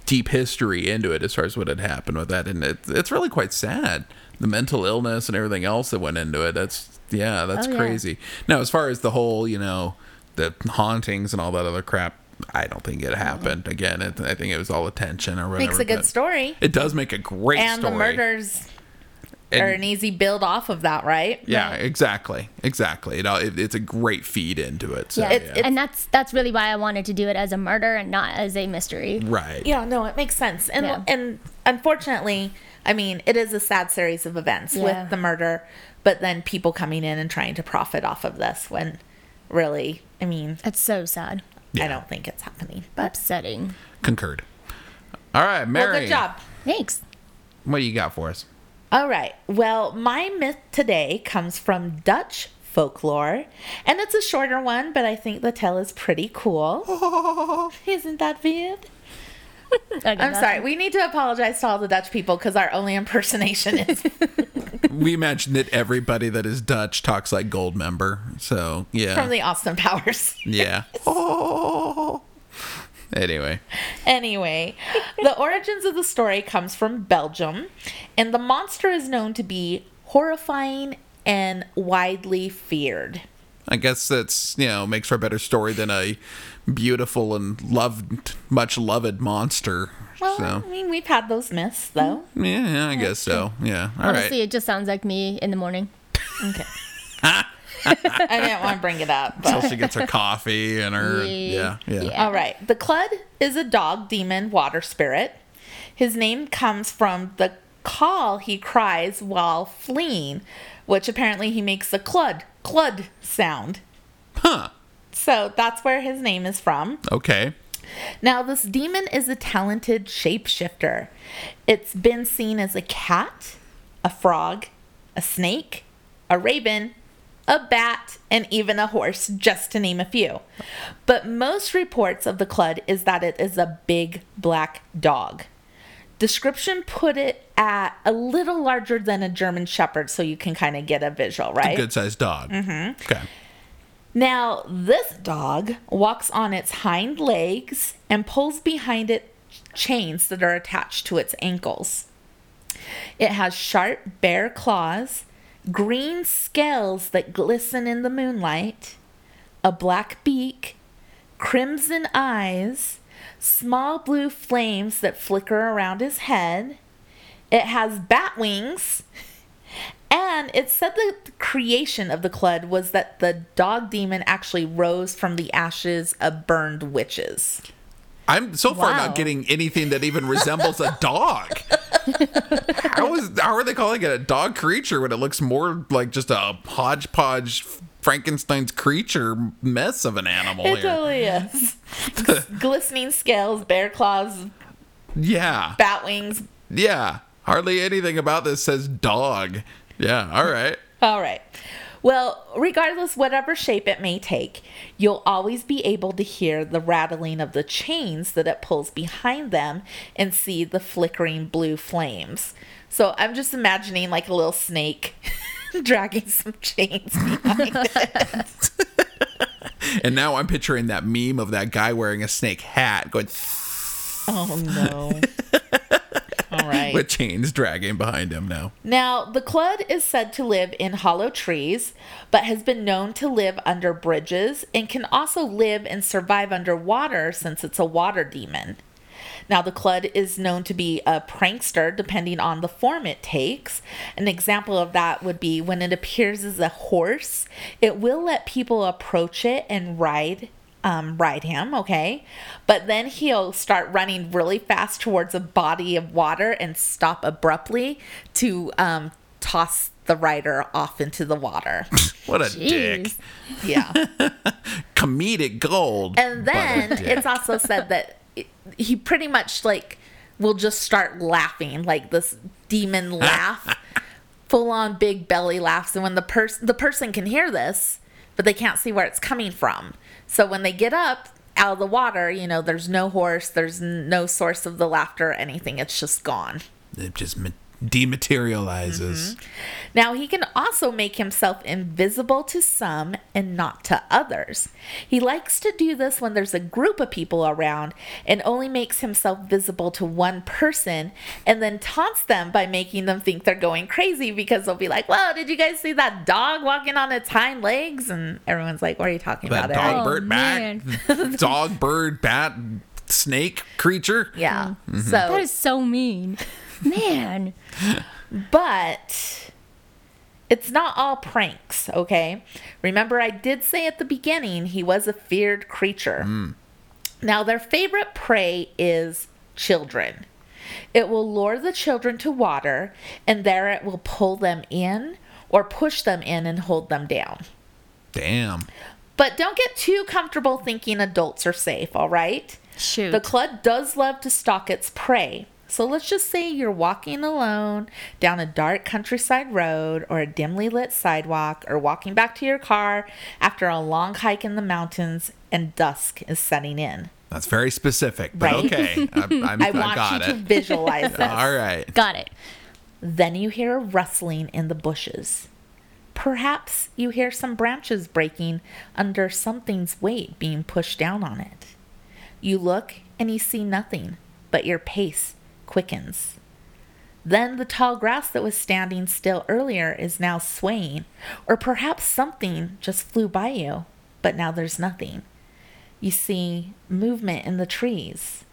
S3: deep history into it as far as what had happened with that, and it, it's really quite sad. The mental illness and everything else that went into it. That's yeah, that's
S2: Oh, yeah.
S3: crazy. Now, as far as the whole, you know, the hauntings and all that other crap, I don't think it happened. Again, it, I think it was all attention or whatever.
S1: Makes a
S3: but
S1: good story.
S3: It does make a great
S1: And
S3: story.
S1: the murders
S3: And-
S1: are an easy build off of that, right?
S3: Yeah, exactly, exactly. It, all- it, it's a great feed into it. So,
S2: Yeah,
S3: yeah,
S1: It's- it's-
S2: and that's that's really why I wanted to do it as a murder and not as a mystery.
S3: right.
S1: Yeah, no, it makes sense. And
S2: Yeah.
S1: and unfortunately, I mean, it is a sad series of events
S2: Yeah.
S1: with the murder, but then people coming in and trying to profit off of this when really, I mean,
S2: That's so sad,
S1: I
S3: Yeah.
S1: don't think it's happening. But
S2: upsetting.
S3: Concurred. All right, Mary.
S1: well, good job.
S2: Thanks.
S3: What do you got for us?
S1: All right. Well, my myth today comes from Dutch folklore, and it's a shorter one, but I think the tale is pretty cool. Isn't that weird?
S2: Okay,
S1: I'm
S2: that's-
S1: sorry. We need to apologize to all the Dutch people because our only impersonation is
S3: we imagine that everybody that is Dutch talks like gold member. So yeah,
S1: from the Austin Powers.
S3: yeah. Oh, Anyway,
S1: Anyway, the origins of the story comes from Belgium, and the monster is known to be horrifying and widely feared.
S3: I guess that's you know makes for a better story than a beautiful and loved, much loved monster.
S1: Well,
S3: so Mm-hmm.
S1: I mean, we've had those myths, though.
S3: yeah, yeah, I guess so. Yeah, all right.
S2: Honestly, it just sounds like me in the morning.
S1: Okay. I didn't want to bring it up, but
S3: Until she gets her coffee and her yeah
S2: Yeah.
S3: yeah.
S2: Yeah.
S1: All right. The Clud is a dog demon water spirit. His name comes from the call he cries while fleeing, which apparently he makes the Clud, Clud sound.
S3: Huh.
S1: So that's where his name is from.
S3: Okay.
S1: Now, this demon is a talented shapeshifter. It's been seen as a cat, a frog, a snake, a raven, a bat, and even a horse, just to name a few. But most reports of the Clud is that it is a big black dog. Description put it at a little larger than a German Shepherd, so you can kind of get a visual, right?
S3: Good sized dog. Mm-hmm. Okay.
S1: Now, this dog walks on its hind legs and pulls behind it chains that are attached to its ankles. It has sharp, bare claws, green scales that glisten in the moonlight, a black beak, crimson eyes, small blue flames that flicker around his head. It has bat wings. And it said that the creation of the Clud was that the dog demon actually rose from the ashes of burned witches.
S3: I'm so far
S2: Wow.
S3: not getting anything that even resembles a dog. how is how are they calling it a dog creature when it looks more like just a hodgepodge Frankenstein's creature mess of an animal
S1: It
S3: here?
S1: totally is. Glistening scales, bear claws,
S3: Yeah.
S1: bat wings.
S3: Yeah. Hardly anything about this says dog. Yeah, all right.
S1: All right. Well, regardless, whatever shape it may take, you'll always be able to hear the rattling of the chains that it pulls behind them and see the flickering blue flames. So I'm just imagining like a little snake dragging some chains behind it.
S3: And now I'm picturing that meme of that guy wearing a snake hat going
S1: Oh no. All right.
S3: with chains dragging behind him now.
S1: now, the Clud is said to live in hollow trees, but has been known to live under bridges and can also live and survive underwater since it's a water demon. Now, the Clud is known to be a prankster depending on the form it takes. An example of that would be when it appears as a horse, it will let people approach it and ride. Um, ride him, okay? But then he'll start running really fast towards a body of water and stop abruptly to um, toss the rider off into the water.
S3: What a dick.
S2: Jeez.
S1: Yeah.
S3: Comedic gold.
S1: And
S3: but a
S1: then
S3: dick.
S1: it's also said that it- he pretty much like will just start laughing, like this demon laugh, full on big belly laughs. And when the person the person can hear this, but they can't see where it's coming from. So when they get up out of the water, you know, there's no horse, there's n- no source of the laughter, or anything. It's just gone.
S3: it just ma- dematerializes.
S1: Now, he can also make himself invisible to some and not to others. He likes to do this when there's a group of people around and only makes himself visible to one person and then taunts them by making them think they're going crazy because they'll be like, Whoa, did you guys see that dog walking on its hind legs? And everyone's like, What are you talking
S3: That
S1: about?
S3: dog
S1: Eric?"
S2: Oh,
S3: bird bat, dog bird bat snake creature.
S1: Yeah. So
S2: Mm-hmm. That is so mean. Man.
S1: But it's not all pranks, okay? Remember, I did say at the beginning he was a feared creature. Now, their favorite prey is children. It will lure the children to water, and there it will pull them in or push them in and hold them down.
S3: Damn.
S1: But don't get too comfortable thinking adults are safe, all right?
S2: Shoot.
S1: The clud does love to stalk its prey. So let's just say you're walking alone down a dark countryside road or a dimly lit sidewalk or walking back to your car after a long hike in the mountains and dusk is setting in.
S3: That's very specific, but
S1: Right?
S3: okay. I, I'm,
S1: I
S3: I,
S1: want you
S3: got
S1: to
S3: it.
S1: visualize this.
S3: All right.
S2: Got it.
S1: Then you hear a rustling in the bushes. Perhaps you hear some branches breaking under something's weight being pushed down on it. You look and you see nothing, but your pace quickens. Then the tall grass that was standing still earlier is now swaying, or perhaps something just flew by you, but now there's nothing. You see movement in the trees.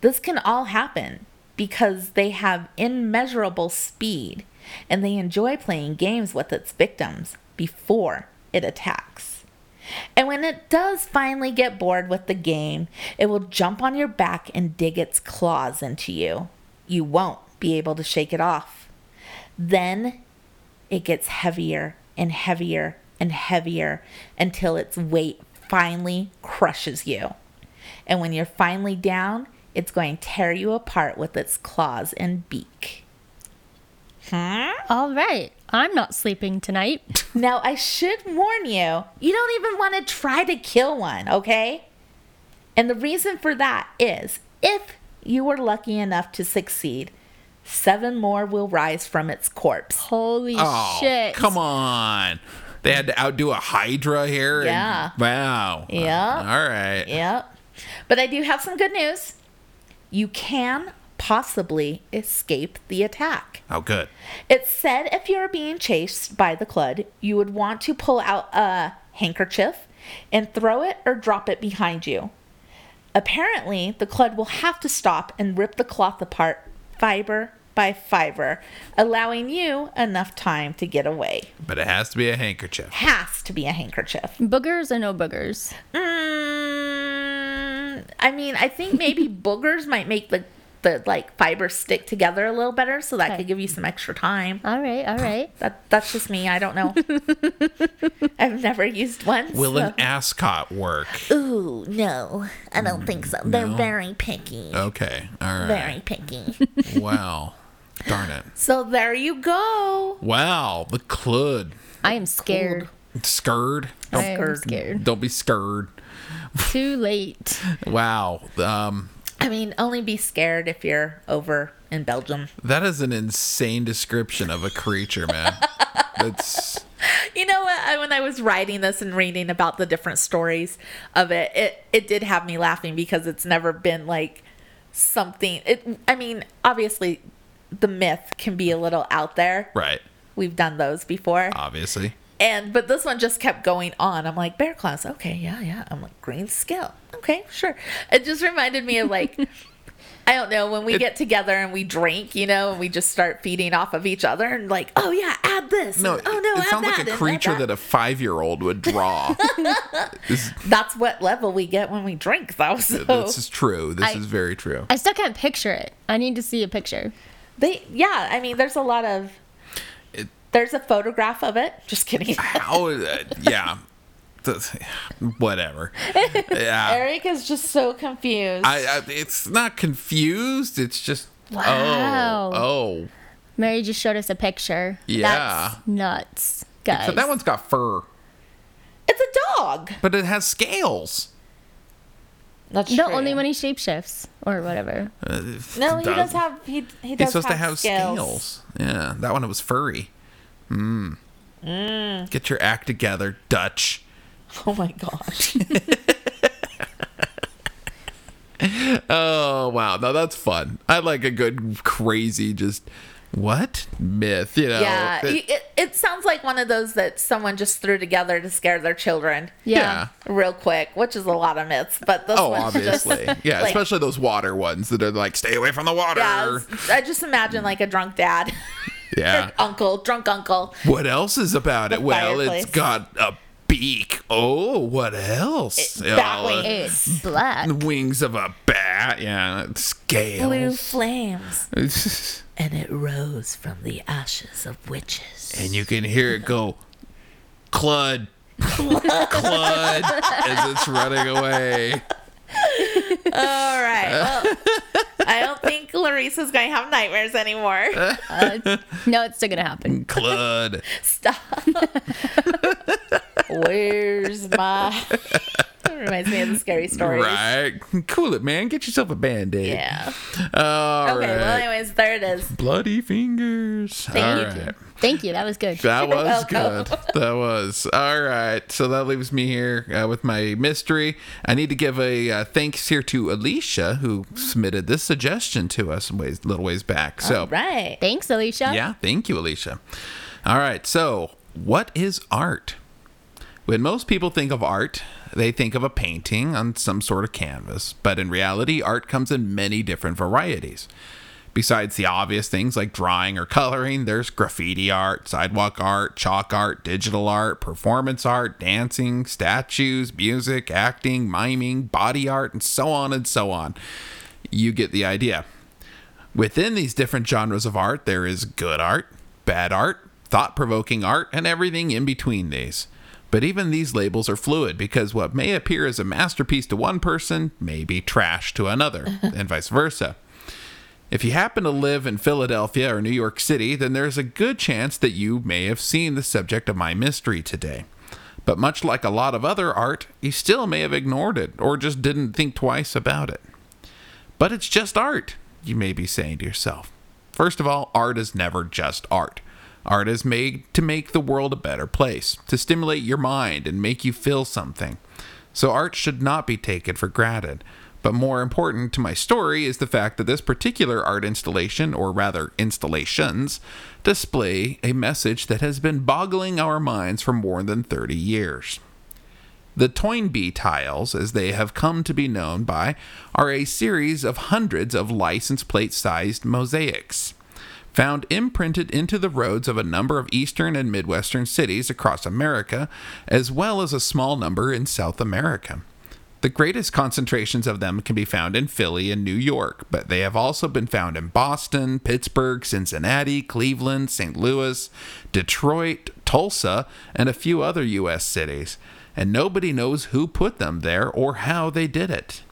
S1: This can all happen because they have immeasurable speed and they enjoy playing games with its victims before it attacks. And when it does finally get bored with the game, it will jump on your back and dig its claws into you. You won't be able to shake it off. Then it gets heavier and heavier and heavier until its weight finally crushes you. And when you're finally down, it's going to tear you apart with its claws and beak.
S2: All right. I'm not sleeping tonight.
S1: Now, I should warn you, you don't even want to try to kill one, okay? And the reason for that is if you were lucky enough to succeed, seven more will rise from its corpse.
S2: Holy
S3: Oh,
S2: shit.
S3: come on. They had to outdo a Hydra here. and-
S1: Yeah.
S3: wow.
S1: Yeah.
S3: all right.
S1: Yep. But I do have some good news. You can possibly escape the attack.
S3: Oh, good.
S1: It said if you're being chased by the Clud, you would want to pull out a handkerchief and throw it or drop it behind you. Apparently, the Clud will have to stop and rip the cloth apart fiber by fiber, allowing you enough time to get away.
S3: But it has to be a handkerchief.
S1: Has to be a handkerchief.
S2: Boogers or no boogers?
S1: Mm, I mean, I think maybe boogers might make the the like fiber stick together a little better, so that
S2: Okay.
S1: could give you some extra time.
S2: All right, all right.
S1: That that's just me. I don't know. I've never used one.
S3: Will
S1: so-
S3: an ascot work?
S1: Ooh, no, I don't think so. They're very picky.
S3: Uh, Okay. All right.
S1: Very picky.
S3: Wow. Darn it.
S1: so there you go.
S3: Wow. The clud.
S2: I am scared.
S3: Scared.
S2: I
S3: Don't,
S2: am scared.
S3: don't be scared.
S2: Too late.
S3: Wow. Um,
S1: I mean, only be scared if you're over in Belgium.
S3: that is an insane description of a creature, man. That's
S1: You know what? I, when I was writing this and reading about the different stories of it, it it did have me laughing because it's never been like something. It. I mean, obviously, the myth can be a little out there.
S3: right.
S1: We've done those before.
S3: Obviously.
S1: And but this one just kept going on. I'm like bear claws. Okay, yeah, yeah. I'm like green scale. Okay, sure. It just reminded me of like I don't know when we
S3: It-
S1: get together and we drink, you know, and we just start feeding off of each other and like, oh yeah, add this.
S3: No,
S1: and, oh no, add
S3: it sounds
S1: that,
S3: like
S1: and
S3: a
S1: add
S3: creature that. a five year old would draw. this,
S1: That's what level we get when we drink, though. So
S3: this is true. This
S2: I-
S3: is very true.
S2: I still can't picture it. I need to see a picture.
S1: they, yeah. I mean, there's a lot of.
S3: It-
S1: there's a photograph of it. Just kidding.
S3: How? Uh, yeah. Th- Whatever. Yeah.
S1: Eric is just so confused.
S3: I, I, it's not confused. It's just
S2: Wow.
S3: oh oh.
S2: Mary just showed us a picture.
S3: Yeah.
S2: That's nuts, guys.
S3: So that one's got fur,
S1: it's a dog.
S3: but it has scales.
S1: That's
S2: No,
S1: true.
S2: only when he shapeshifts or whatever.
S3: Uh,
S1: No, he
S3: does-
S1: does have. He he does
S3: It's supposed
S1: have
S3: to have scales. Yeah, that one it was furry. Mm. Get your act together, Dutch.
S1: Oh my gosh.
S3: Oh wow, now that's fun. I like a good crazy just what myth, you know?
S1: yeah,
S3: that-
S1: you- it, it sounds like one of those that someone just threw together to scare their children
S2: Yeah.
S3: yeah.
S1: real quick, which is a lot of myths. But this
S3: Oh,
S1: one's
S3: obviously.
S1: just
S3: yeah,
S1: like-
S3: especially those water ones that are like, stay away from the water.
S1: yeah. it's- I just imagine like a drunk dad,
S3: yeah.
S1: uncle, drunk uncle.
S3: What else is about it? Well,
S1: fireplace.
S3: it's got a beak. Oh, what else?
S1: bat
S3: Oh, uh,
S2: It's black.
S3: wings of a bat. Yeah,
S1: Blue
S3: scales.
S1: flames,
S3: and
S1: and it rose from the ashes of witches.
S3: you can hear it go, clud, clud, as it's running away.
S1: All right. Well, I don't think Larissa's going to have nightmares anymore.
S2: Uh, no, it's still gonna happen.
S3: Clud.
S1: Stop. Where's my Reminds me of the scary stories.
S3: Right. Cool it, man. Get yourself a band aid.
S1: Yeah.
S3: All
S1: Okay,
S3: right.
S1: well, anyways, there it is.
S3: Bloody fingers. All
S2: you.
S3: right.
S2: Thank you. That was good.
S1: Oh,
S3: That was good. That was. All right. So that leaves me here uh, with my mystery. I need to give a uh, thanks here to Alicia, who submitted this suggestion to us a ways, little ways back.
S1: Oh,
S3: So,
S1: Right.
S2: Thanks, Alicia.
S3: yeah, thank you, Alicia. All right. So, what is art? When most people think of art, they think of a painting on some sort of canvas, but in reality, art comes in many different varieties. Besides the obvious things like drawing or coloring, there's graffiti art, sidewalk art, chalk art, digital art, performance art, dancing, statues, music, acting, miming, body art, and so on and so on. You get the idea. Within these different genres of art, there is good art, bad art, thought provoking art, and everything in between these. But even these labels are fluid because what may appear as a masterpiece to one person may be trash to another, and vice versa. If you happen to live in Philadelphia or New York City, then there's a good chance that you may have seen the subject of my mystery today. But much like a lot of other art, you still may have ignored it or just didn't think twice about it. But it's just art, you may be saying to yourself. First of all, art is never just art. Art is made to make the world a better place, to stimulate your mind and make you feel something. So art should not be taken for granted. But more important to my story is the fact that this particular art installation, or rather installations, display a message that has been boggling our minds for more than 30 years. The Toynbee tiles, as they have come to be known by, are a series of hundreds of license plate sized mosaics found imprinted into the roads of a number of eastern and midwestern cities across America, as well as a small number in South America. The greatest concentrations of them can be found in Philly and New York, but they have also been found in Boston, Pittsburgh, Cincinnati, Cleveland, St. Louis, Detroit, Tulsa, and a few other U.S. cities. And nobody knows who put them there or how they did it.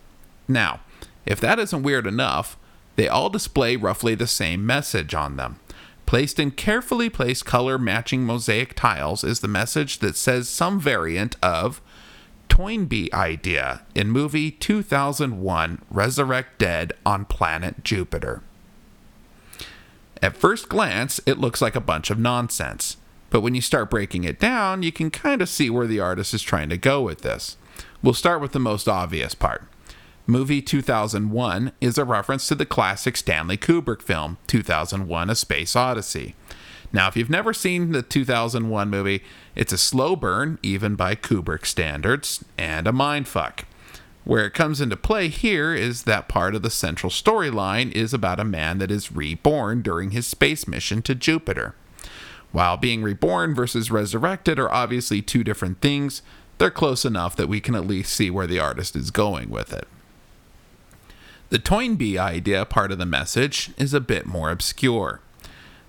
S3: Now, if that isn't weird enough, they all display roughly the same message on them. Placed in carefully placed color matching mosaic tiles is the message that says some variant of Toynbee idea in movie 2001 Resurrect Dead on Planet Jupiter. At first glance, it looks like a bunch of nonsense. But when you start breaking it down, you can kind of see where the artist is trying to go with this. We'll start with the most obvious part. Movie 2001 is a reference to the classic Stanley Kubrick film, 2001 A Space Odyssey. Now, if you've never seen the 2001 movie, it's a slow burn, even by Kubrick standards, and a mindfuck. Where it comes into play here is that part of the central storyline is about a man that is reborn during his space mission to Jupiter. While being reborn versus resurrected are obviously two different things, they're close enough that we can at least see where the artist is going with it. The Toynbee idea part of the message is a bit more obscure.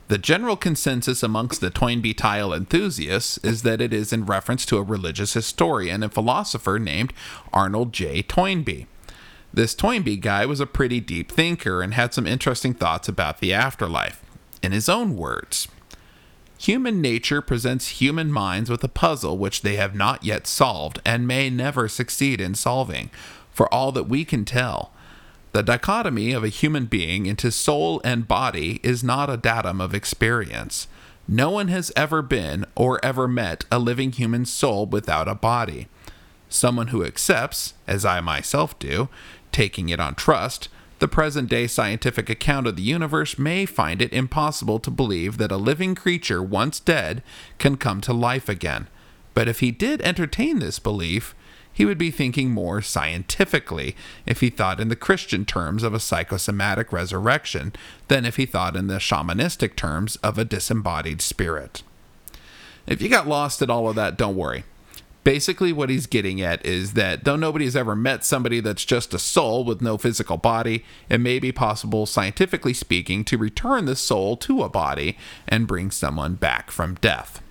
S3: The general consensus amongst the Toynbee tile enthusiasts is that it is in reference to a religious historian and philosopher named Arnold J. Toynbee. This Toynbee guy was a pretty deep thinker and had some interesting thoughts about the afterlife. In his own words, Human nature presents human minds with a puzzle which they have not yet solved and may never succeed in solving, for all that we can tell. The dichotomy of a human being into soul and body is not a datum of experience. No one has ever been or ever met a living human soul without a body. Someone who accepts, as I myself do, taking it on trust, the present day scientific account of the universe may find it impossible to believe that a living creature once dead can come to life again. But if he did entertain this belief, he would be thinking more scientifically if he thought in the Christian terms of a psychosomatic resurrection than if he thought in the shamanistic terms of a disembodied spirit. If you got lost at all of that, don't worry. Basically, what he's getting at is that though nobody has ever met somebody that's just a soul with no physical body, it may be possible, scientifically speaking, to return the soul to a body and bring someone back from death.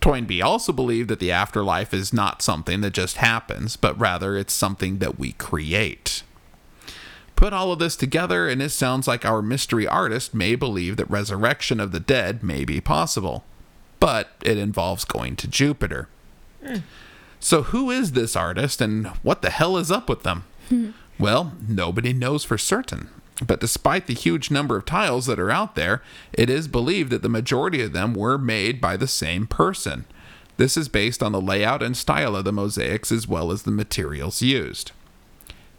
S3: Toynbee also believed that the afterlife is not something that just happens, but rather it's something that we create. Put all of this together, and it sounds like our mystery artist may believe that resurrection of the dead may be possible, but it involves going to Jupiter. So, who is this artist and what the hell is up with them? well, nobody knows for certain. But despite the huge number of tiles that are out there, it is believed that the majority of them were made by the same person. This is based on the layout and style of the mosaics as well as the materials used.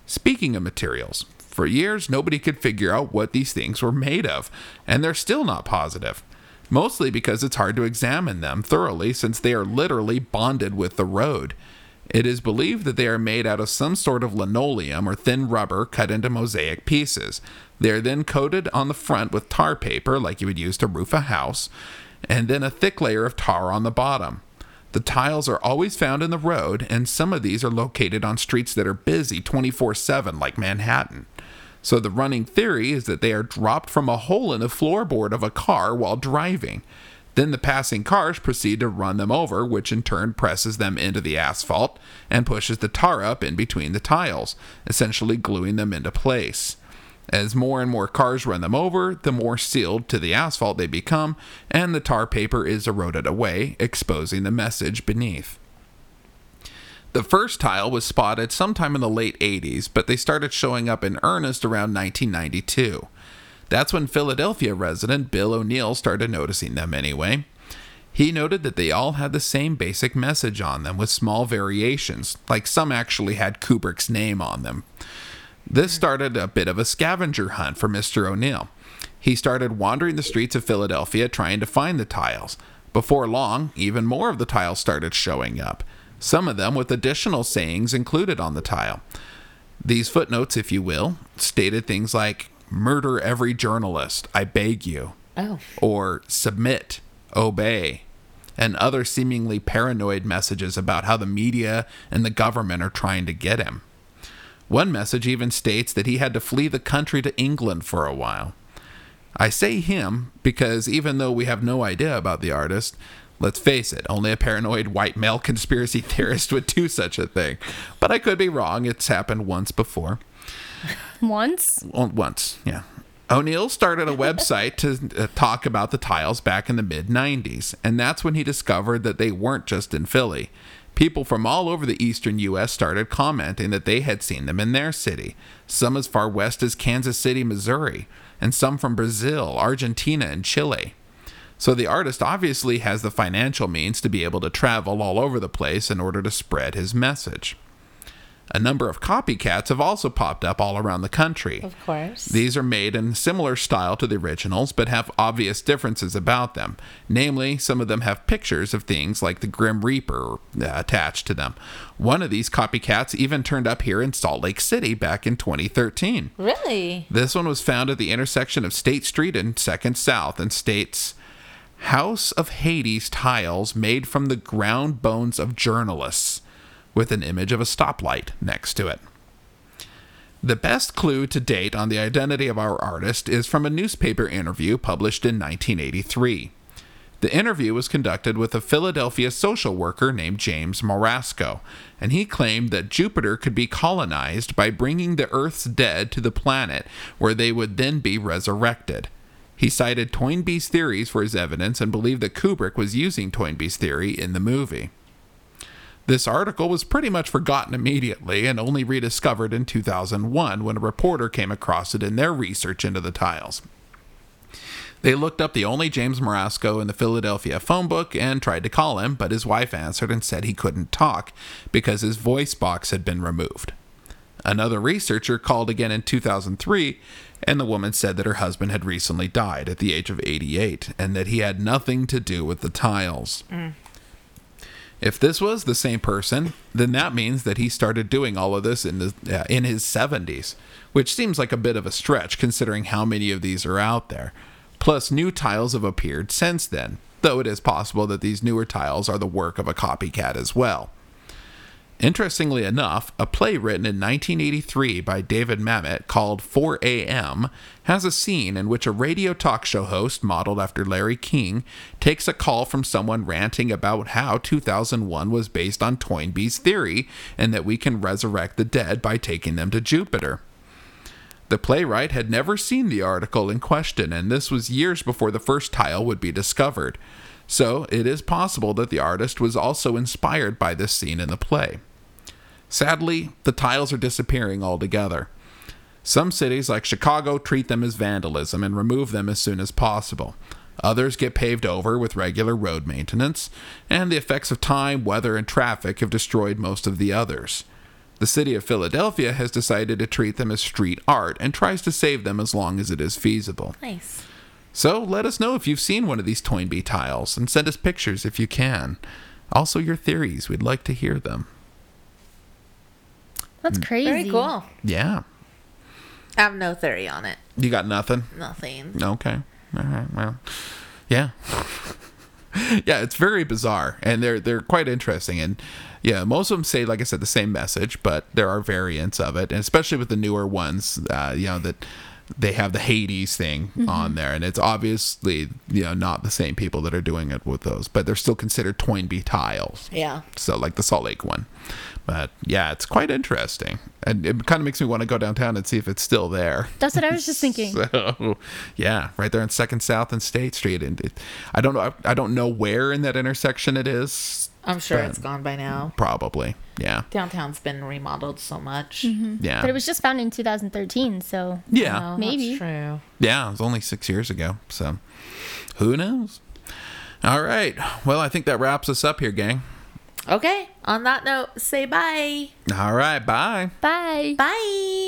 S3: Speaking of materials, for years nobody could figure out what these things were made of, and they're still not positive. Mostly because it's hard to examine them thoroughly since they are literally bonded with the road. It is believed that they are made out of some sort of linoleum or thin rubber cut into mosaic pieces. They are then coated on the front with tar paper, like you would use to roof a house, and then a thick layer of tar on the bottom. The tiles are always found in the road, and some of these are located on streets that are busy 24 7, like Manhattan. So the running theory is that they are dropped from a hole in the floorboard of a car while driving. Then the passing cars proceed to run them over, which in turn presses them into the asphalt and pushes the tar up in between the tiles, essentially gluing them into place. As more and more cars run them over, the more sealed to the asphalt they become, and the tar paper is eroded away, exposing the message beneath. The first tile was spotted sometime in the late 80s, but they started showing up in earnest around 1992. That's when Philadelphia resident Bill O'Neill started noticing them anyway. He noted that they all had the same basic message on them with small variations, like some actually had Kubrick's name on them. This started a bit of a scavenger hunt for Mr. O'Neill. He started wandering the streets of Philadelphia trying to find the tiles. Before long, even more of the tiles started showing up, some of them with additional sayings included on the tile. These footnotes, if you will, stated things like murder every journalist, I beg you,
S4: Oh.
S3: or submit, obey, and other seemingly paranoid messages about how the media and the government are trying to get him. One message even states that he had to flee the country to England for a while. I say him because even though we have no idea about the artist, let's face it, only a paranoid white male conspiracy theorist would do such a thing. But I could be wrong, it's happened once before.
S2: Once?
S3: Well, once, yeah. O'Neill started a website to uh, talk about the tiles back in the mid 90s, and that's when he discovered that they weren't just in Philly. People from all over the eastern U.S. started commenting that they had seen them in their city, some as far west as Kansas City, Missouri, and some from Brazil, Argentina, and Chile. So the artist obviously has the financial means to be able to travel all over the place in order to spread his message. A number of copycats have also popped up all around the country.
S4: Of course.
S3: These are made in similar style to the originals, but have obvious differences about them. Namely, some of them have pictures of things like the Grim Reaper uh, attached to them. One of these copycats even turned up here in Salt Lake City back in 2013.
S1: Really?
S3: This one was found at the intersection of State Street and 2nd South and states House of Hades tiles made from the ground bones of journalists, with an image of a stoplight next to it. The best clue to date on the identity of our artist is from a newspaper interview published in 1983. The interview was conducted with a Philadelphia social worker named James Morasco, and he claimed that Jupiter could be colonized by bringing the Earth's dead to the planet, where they would then be resurrected. He cited Toynbee's theories for his evidence and believed that Kubrick was using Toynbee's theory in the movie. This article was pretty much forgotten immediately and only rediscovered in 2001 when a reporter came across it in their research into the tiles. They looked up the only James Morasco in the Philadelphia phone book and tried to call him, but his wife answered and said he couldn't talk because his voice box had been removed. Another researcher called again in 2003, and the woman said that her husband had recently died at the age of 88 and that he had nothing to do with the tiles. If this was the same person, then that means that he started doing all of this in the uh, in his 70s, which seems like a bit of a stretch considering how many of these are out there. Plus new tiles have appeared since then, though it is possible that these newer tiles are the work of a copycat as well. Interestingly enough, a play written in 1983 by David Mamet called 4 AM has a scene in which a radio talk show host modeled after Larry King takes a call from someone ranting about how 2001 was based on Toynbee's theory and that we can resurrect the dead by taking them to Jupiter. The playwright had never seen the article in question, and this was years before the first tile would be discovered. So it is possible that the artist was also inspired by this scene in the play. Sadly, the tiles are disappearing altogether. Some cities, like Chicago, treat them as vandalism and remove them as soon as possible. Others get paved over with regular road maintenance, and the effects of time, weather, and traffic have destroyed most of the others. The city of Philadelphia has decided to treat them as street art and tries to save them as long as it is feasible.
S1: Nice.
S3: So let us know if you've seen one of these Toynbee tiles and send us pictures if you can. Also, your theories, we'd like to hear them.
S2: That's
S3: Mm.
S2: crazy.
S1: Very cool.
S3: Yeah.
S1: I have no theory on it.
S3: You got nothing?
S1: Nothing.
S3: Okay. All right. Well, yeah. yeah, it's very bizarre and they're they're quite interesting and yeah, most of them say like I said the same message, but there are variants of it, and especially with the newer ones, uh, you know that they have the Hades thing on there and it's obviously, you know, not the same people that are doing it with those, but they're still considered Toynbee tiles.
S1: Yeah.
S3: So like the Salt Lake one. But yeah, it's quite interesting. And it kind of makes me want to go downtown and see if it's still there.
S2: That's what I was just thinking.
S3: So, yeah, right there on Second South and State Street, and it, I don't know, I, I don't know where in that intersection it is.
S1: I'm sure
S3: But-
S1: it's gone by now.
S3: Probably, yeah,
S1: Downtown's been remodeled so much.
S4: Mm-hmm.
S3: yeah,
S2: Mm. But it was just found in 2013, so
S3: yeah,
S1: Oh,
S2: Maybe.
S1: That's true.
S3: yeah. It was only six years ago, so who knows? All right, well, I think that wraps us up here, gang.
S1: Okay. On that note, say bye.
S3: All right, bye.
S2: bye.
S1: Bye.